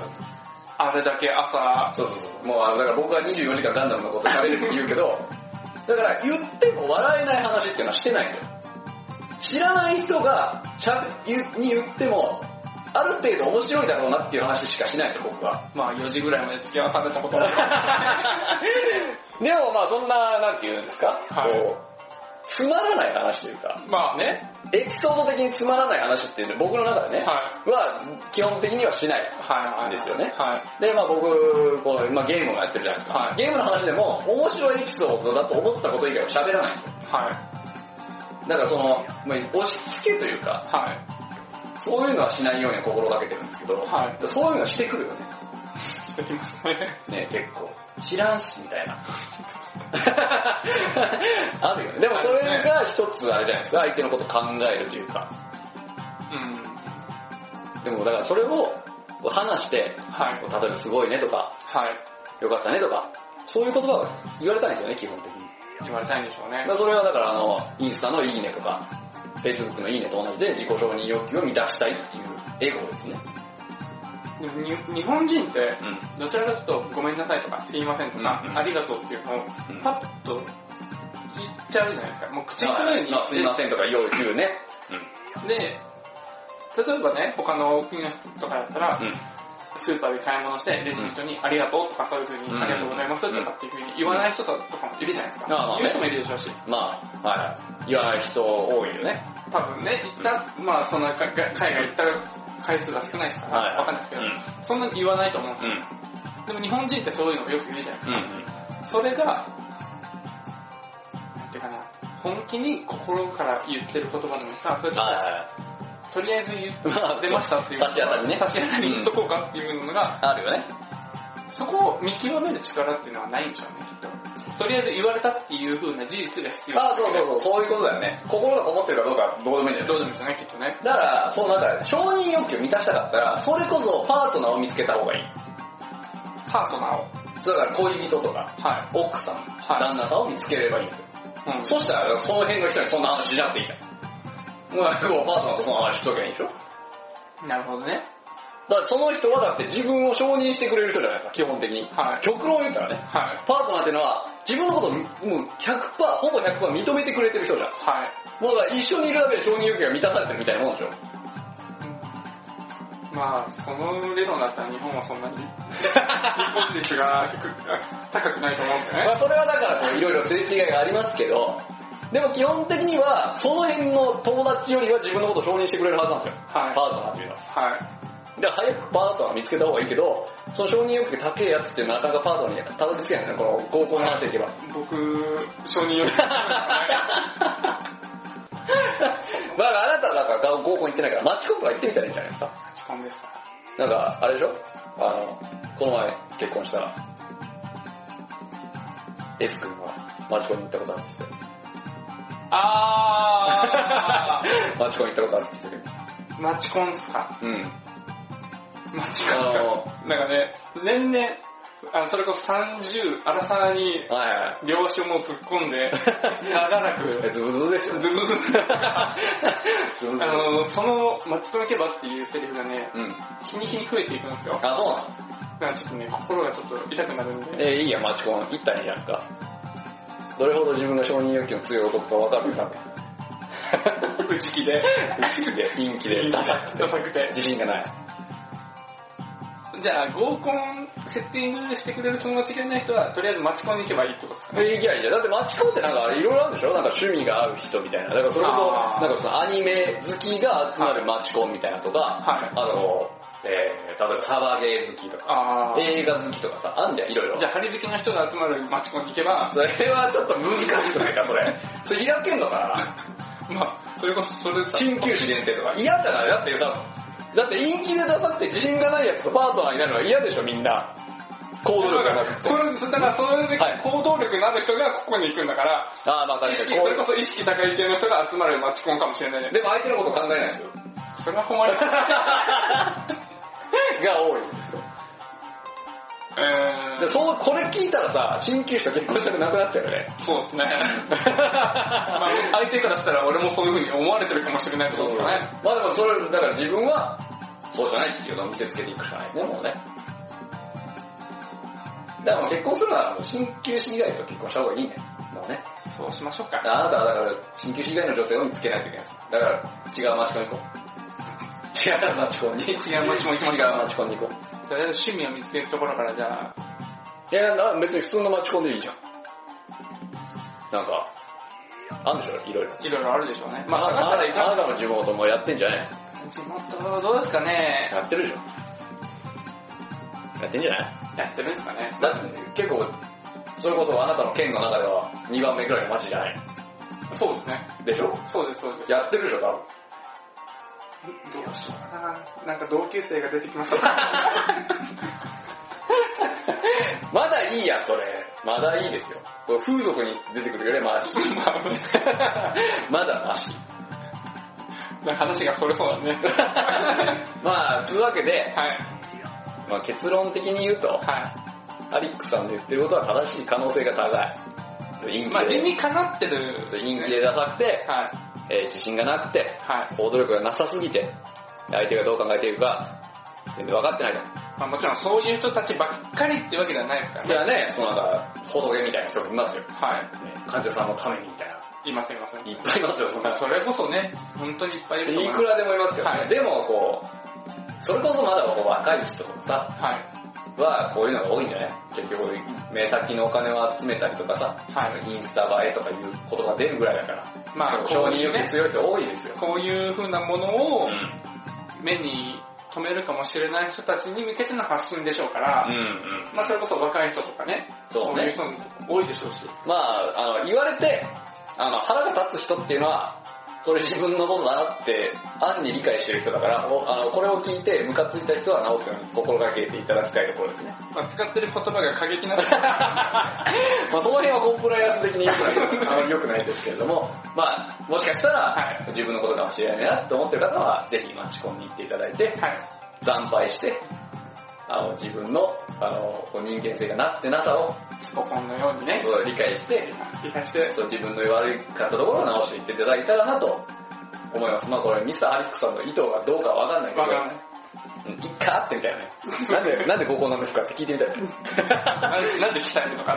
Speaker 2: あれだけ朝、
Speaker 1: そうそうそう。もう、あのだから僕は24時間ガンダムのこと喋るって言うけど、 だから言っても笑えない話っていうのはしてないんですよ。知らない人がしゃべ言うに言っても、ある程度面白いだろうなっていう話しかしないんですよ、僕は。
Speaker 2: まあ4時ぐらいまで付き合わされたこともある。
Speaker 1: でもまあそんな、なんて言うんですか、
Speaker 2: はい
Speaker 1: こう、つまらない話というか、
Speaker 2: まあね。
Speaker 1: ね、エピソード的につまらない話っていうの僕の中でね、
Speaker 2: は
Speaker 1: は基本的にはしない。
Speaker 2: はいはい。
Speaker 1: ですよね
Speaker 2: はい。
Speaker 1: で、まあ僕、こうまあ、ゲームをやってるじゃないですか、
Speaker 2: はい
Speaker 1: ゲームの話でも面白いエピソードだと思ったこと以外は喋らないんですよ。
Speaker 2: はい。
Speaker 1: だからその、まあ、押し付けというか、
Speaker 2: はい。
Speaker 1: そういうのはしないように心がけてるんですけど、
Speaker 2: は
Speaker 1: そういうのしてくるよね。
Speaker 2: すいません。
Speaker 1: ね、結構。知らんし、みたいな。 あるよね。でもそれが一つあれじゃないですか。相手のこと考えるというか。
Speaker 2: うん。
Speaker 1: でもだからそれを話して、
Speaker 2: はい。
Speaker 1: 例えばすごいねとか、
Speaker 2: はい。
Speaker 1: よかったねとか、そういう言葉を言われたいんですよね、基本的に。
Speaker 2: 言われたいんでしょう
Speaker 1: だ
Speaker 2: ね
Speaker 1: か。らそれはだからあの、インスタのいいねとか、Facebook のいいねと同じで自己承認欲求を満たしたいっていうエゴですね。
Speaker 2: に日本人って、
Speaker 1: うん。
Speaker 2: どちらかというと、ごめんなさいとか、すいませんとか、
Speaker 1: うん
Speaker 2: ありがとうっていうのを、
Speaker 1: うん
Speaker 2: パッと言っちゃうじゃないですか。もう口のように
Speaker 1: まあすいませんとか言おう言うね。
Speaker 2: で、例えばね、他の国の人とかだったら、
Speaker 1: うん
Speaker 2: スーパーで買い物して、レジの人にありがとうとか、そういう風に、
Speaker 1: うん
Speaker 2: ありがとうございますとかっていう風に言わない人とかもいるじゃないです
Speaker 1: ああま
Speaker 2: か
Speaker 1: あ。ね
Speaker 2: 言う人もいるでしょうし、
Speaker 1: まあ、はい。言わない人多いよね。
Speaker 2: 多分ね、行った、まあそんなかか海外行った回数が少ないですから、
Speaker 1: はい
Speaker 2: わかんないですけど、そんなに言わないと思うんです
Speaker 1: う
Speaker 2: よ。
Speaker 1: ん。
Speaker 2: でも日本人ってそういうのよく言うじゃないです
Speaker 1: うん。うん。
Speaker 2: か。それが、なんていうかな、本気に心から言ってる言葉なのか、それとも
Speaker 1: は
Speaker 2: とりあえず言っ
Speaker 1: いはい。まあ
Speaker 2: 出ましたっていう。
Speaker 1: 差し当たりね
Speaker 2: 差し当たり言っとこうかっていうのが、
Speaker 1: あるよね。
Speaker 2: そこを見極める力っていうのはないんでしょうね、きっと。とりあえず言われたっていう風な事実が必要。
Speaker 1: ああ、そうそうそう、そういうことだよね。心がこもってるかどうかどうでもいいんだ
Speaker 2: ど
Speaker 1: よ
Speaker 2: う
Speaker 1: ね。
Speaker 2: でもいいですよね、きっとね。
Speaker 1: だから、そのなんか、承認欲求満たしたかったら、それこそパートナーを見つけた方がいい。
Speaker 2: パートナーを。
Speaker 1: そうだから恋人とか、
Speaker 2: は
Speaker 1: 奥さん、
Speaker 2: はい
Speaker 1: 旦那さんを見つければいいんですよ。
Speaker 2: い。うん。
Speaker 1: そしたら、その辺の人にそんな話しなくていいじゃん。もうなんかこうパートナーとその話しときゃいいでしょだ
Speaker 2: なるほどね。
Speaker 1: からその人はだって自分を承認してくれる人じゃないですか、基本的に。
Speaker 2: はい。
Speaker 1: 極論言ったらね。
Speaker 2: はい。
Speaker 1: パートナーっていうのは、自分のことをもう100%、ほぼ100%認めてくれてる人じゃん。
Speaker 2: はい。
Speaker 1: もうだから一緒にいるだけで承認欲求が満たされてるみたいなもんでしょ。
Speaker 2: まあ、その理論だったら日本はそんなに、離婚率が低く高くないと思うんですよ
Speaker 1: ま
Speaker 2: ね。
Speaker 1: あ、それはだからこういろいろすれ違いがありますけど、でも基本的には、その辺の友達よりは自分のことを承認してくれるはずなんですよ。
Speaker 2: はい
Speaker 1: パートナーっていうのは。
Speaker 2: はい。
Speaker 1: で、早くパートナー見つけた方がいいけど、その承認欲求高いやつってなかなかパートナーにたどり着けないね、この合コンの話でいけば。
Speaker 2: 僕、承認欲求
Speaker 1: だからあなただから合コン行ってないから、マチコンとか行ってみたらいいんじゃないですか。
Speaker 2: そんですか。
Speaker 1: なんか、あれでしょあの、この前結婚したら、S 君はマチコンに行ったことあるんですよ。
Speaker 2: あ
Speaker 1: マチコン行ったことあるんですよ。
Speaker 2: ー。マチコンっすか。
Speaker 1: うん。
Speaker 2: マチコン
Speaker 1: あ
Speaker 2: か。
Speaker 1: の、
Speaker 2: なんかね、年々、あそれこそ30、荒さに
Speaker 1: はいはい。
Speaker 2: 両足をもう突っ込 んで、長らく、
Speaker 1: ズブズブですよ。
Speaker 2: ずぶずぶ
Speaker 1: ズブズブ
Speaker 2: あの、その、マッチコン行けばっていうセリフがね、
Speaker 1: うん。
Speaker 2: 日に日に増えていくんですよ。
Speaker 1: あ、そうなの
Speaker 2: なんかちょっとね、心がちょっと痛くなるん で。
Speaker 1: えいいや、マチコン。行ったらいいじゃないですか。どれほど自分が承認欲求の強い男か分かるよ、多分。内気で、内気で、陰気で、ダサくて、
Speaker 2: ダサくて。
Speaker 1: 自信がない。
Speaker 2: じゃあ、合コンセッティングしてくれる友達がいない人は、とりあえずマチコンに行けばいいってことですかね。
Speaker 1: え、いやいや、だってマチコンってなんかいろいろあるでしょなんか趣味が合う人みたいな。だからそれこ
Speaker 2: あ
Speaker 1: そ、
Speaker 2: ー
Speaker 1: なんかそのアニメ好きが集まるマチコンみたいなとか、
Speaker 2: はい。
Speaker 1: あの、えー、例えばサバゲー好きとか、
Speaker 2: あー。
Speaker 1: 映画好きとかさ、あんじゃん、いろいろ
Speaker 2: じ。ゃあ、張り付きの人が集まるマチコンに行けば、
Speaker 1: それはちょっと難しくないか、それ。それ開けんのか
Speaker 2: まあ、それこそ、それ、
Speaker 1: な緊急時限定とか。 嫌じゃないだってさ、だって陰気でダサくて自信がないやつとパートナーになるのは嫌でしょ、みんな。行動力がなくて。
Speaker 2: それだからそれで
Speaker 1: はい
Speaker 2: 行動力のある人がここに行くんだから、
Speaker 1: ああ、まあ確
Speaker 2: 意識
Speaker 1: かに。
Speaker 2: それこそ意識高い系の人が集まるマチコンかもしれないじゃん
Speaker 1: でも相手のこと考えないですよ。
Speaker 2: それは 困る。
Speaker 1: が多いんですよ。
Speaker 2: え
Speaker 1: で、そう、これ聞いたらさ、新旧者結婚したくなくなっちゃうよね。
Speaker 2: ー、そう ですね。まあ、相手からしたら俺もそういう風に思われてるかもしれないってことですよね。
Speaker 1: まあでもそれ、だから自分は、そうじゃないっていうのを見せつけていくしかないね、もうね。だからもう結婚するなら、もう新旧氏以外と結婚した方がいいね。もうね。
Speaker 2: そうしましょうか。
Speaker 1: あなたはだから、新旧氏以外の女性を見つけないといけないです。だから、違うマチコン行 こう。違うマチコンに。違
Speaker 2: 違うマチコン行きます
Speaker 1: 違うマチコンに行こう。
Speaker 2: とりあえず趣味を見つけるところからじゃあ、
Speaker 1: いや、なんか別に普通のマチコンでいいじゃん。なんか、あんでしょ、いろいろ。
Speaker 2: いろいろあるでしょうね。まあ、探したらいい
Speaker 1: あ
Speaker 2: か
Speaker 1: なたの地元もやってんじゃない
Speaker 2: 地元、どうですかね。
Speaker 1: やってるでしょ。やってんじゃない
Speaker 2: やってるんですかね。
Speaker 1: だって結構、それこそあなたの県の中では2番目くらいの街じゃない
Speaker 2: そうですね。
Speaker 1: でしょ
Speaker 2: そうです、そうです。
Speaker 1: やってるでしょ、多分。
Speaker 2: どうしようかな。なんか同級生が出てきま した。
Speaker 1: まだいいや、それ。まだいいですよ。これ風俗に出てくるよりマシ。 まだマシ。
Speaker 2: 話がそれそうだね。
Speaker 1: まあ、つうわけで、
Speaker 2: はい。
Speaker 1: まあ、結論的に言うと、
Speaker 2: はい。
Speaker 1: アリックさんの言ってることは正しい可能性が高い。陰
Speaker 2: まあ
Speaker 1: 気で、
Speaker 2: 理にかなってる。
Speaker 1: 陰気でダサくて、
Speaker 2: はい。
Speaker 1: えー自信がなくて、
Speaker 2: はい。
Speaker 1: 行動力がなさすぎて、相手がどう考えているか、全然分かってないと。
Speaker 2: まあもちろんそういう人たちばっかりってわけではないですから
Speaker 1: い
Speaker 2: ね。
Speaker 1: やね、そのなんか、仏みたいな人もいますよ。
Speaker 2: は
Speaker 1: ね患者さんのためにみたいな。
Speaker 2: い。いません、いません。
Speaker 1: いっぱいいますよ、そん
Speaker 2: ま
Speaker 1: な
Speaker 2: あ
Speaker 1: 人。
Speaker 2: それこそね、本当にいっぱいいると思
Speaker 1: い
Speaker 2: い
Speaker 1: くらでもいますけどね。
Speaker 2: はい
Speaker 1: でもこう、それこそまだこう若い人とかさ、
Speaker 2: はい。
Speaker 1: はこういうのが多いんじゃない結局、目先のお金を集めたりとかさ、
Speaker 2: はい。
Speaker 1: インスタ映えとかいうことが出るぐらいだから、
Speaker 2: まあ
Speaker 1: 承
Speaker 2: こう
Speaker 1: 認
Speaker 2: いう
Speaker 1: 欲求
Speaker 2: ね、
Speaker 1: 強い人多いですよ。
Speaker 2: こういう風なものを目に留めるかもしれない人たちに向けての発信でしょうから、
Speaker 1: ん。
Speaker 2: まあそれこそ若い人とかね、
Speaker 1: そ
Speaker 2: そうういう
Speaker 1: ね。
Speaker 2: 人も多いでしょうし。
Speaker 1: まあ、あの、言われて、あの、腹が立つ人っていうのは、それ自分のことだなって、暗に理解してる人だから、おあの、これを聞いて、ムカついた人は直すように心がけていただきたいところですね。
Speaker 2: まあ使ってる言葉が過激な。は
Speaker 1: まあ、その辺はコンプライアンス的に良くない、 あの良くないですけれども、まあ、もしかしたら、
Speaker 2: い。
Speaker 1: 自分のことかもしれないなって思ってる方は、ぜひマチコンに行っていただいて、
Speaker 2: はい。
Speaker 1: 惨敗して、あの、自分の、あの、こう人間性がなってなさを、
Speaker 2: ポコンのようにね、
Speaker 1: そう理解して、
Speaker 2: 理解して、
Speaker 1: そう自分の悪かったところを直していっていただいたらなと思います。まあこれミスターアリックさんの意図がどうかはわかんないけど
Speaker 2: わかんな
Speaker 1: う
Speaker 2: い。、
Speaker 1: んいっかってみたいなね。なんで、なんで高校なんですかって聞いてみたいな。
Speaker 2: なんなんで鍛えるのか。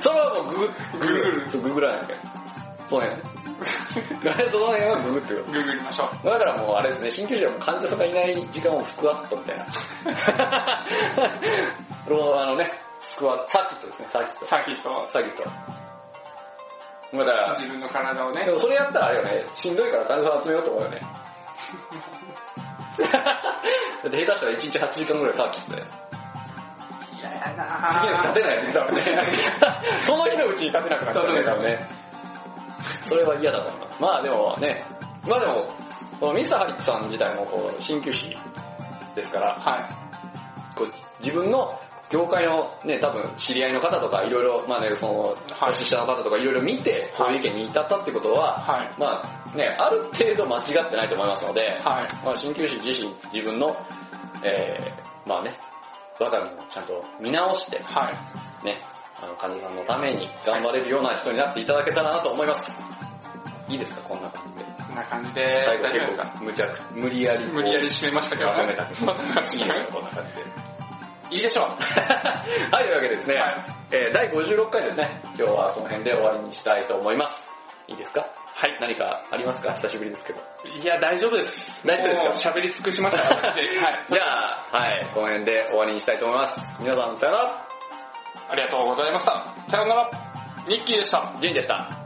Speaker 1: それはもうググ、ググる。そう、ググらないで。そうね。 その辺はググってよ。
Speaker 2: ググりましょう。
Speaker 1: だからもうあれですね、新居児はもう患者とかいない時間をスクワットみたいな。 ローあのね、スクワット、サーキットですね、サーキット。
Speaker 2: サーキットを
Speaker 1: サーキット。まあだから、
Speaker 2: 自分の体をね
Speaker 1: で、もそれやったらあれよね、しんどいから患者さん集めようと思うよ ね。だって下手したら1日8時間ぐらいサーキットで。
Speaker 2: いやや
Speaker 1: 次の日
Speaker 2: な
Speaker 1: 立
Speaker 2: ぁ。
Speaker 1: てないよね、多分ね。その日のうちに立てなくなっちゃうね、多分ね。それは嫌だと思います。まあでもね、まあでも、このミスハリックさん自体もこう、鍼灸師ですから、
Speaker 2: は
Speaker 1: こう自分の業界のね、多分知り合いの方とか、いろいろ、まあね、その、
Speaker 2: はい
Speaker 1: 出社の方とかいろいろ見て、こういう意見に至ったってこと
Speaker 2: い。
Speaker 1: は、
Speaker 2: はい。
Speaker 1: まあね、ある程度間違ってないと思いますので、
Speaker 2: はい。
Speaker 1: まあ、鍼灸師自身、自分の、えー、まあね、我が身をちゃんと見直して、
Speaker 2: はい。
Speaker 1: ね、あの、患者さんのために頑張れるような人になっていただけたらなと思います。いいですか、こんな感じで。
Speaker 2: こんな感じで、
Speaker 1: 最
Speaker 2: 大
Speaker 1: 後
Speaker 2: 丈夫ですか
Speaker 1: 結構、無茶苦無理やりこう、
Speaker 2: 無理やり締めましたけど
Speaker 1: まとめ
Speaker 2: ね。
Speaker 1: たけど。いいですか、こんな感じで。
Speaker 2: いいでしょう。
Speaker 1: はい、というわけでですね、
Speaker 2: はい
Speaker 1: えー第56回ですね、今日はこの辺で終わりにしたいと思います。いいですかはい。何かありますか久しぶりですけど。
Speaker 2: いや、大丈夫です。
Speaker 1: 大丈夫です
Speaker 2: か喋り尽くしました から、私はい。
Speaker 1: じゃあ、はい、この辺で終わりにしたいと思います。皆さん、さよなら。
Speaker 2: ありがとうございました。さようなら。ニッキーでした。
Speaker 1: ジェンでした。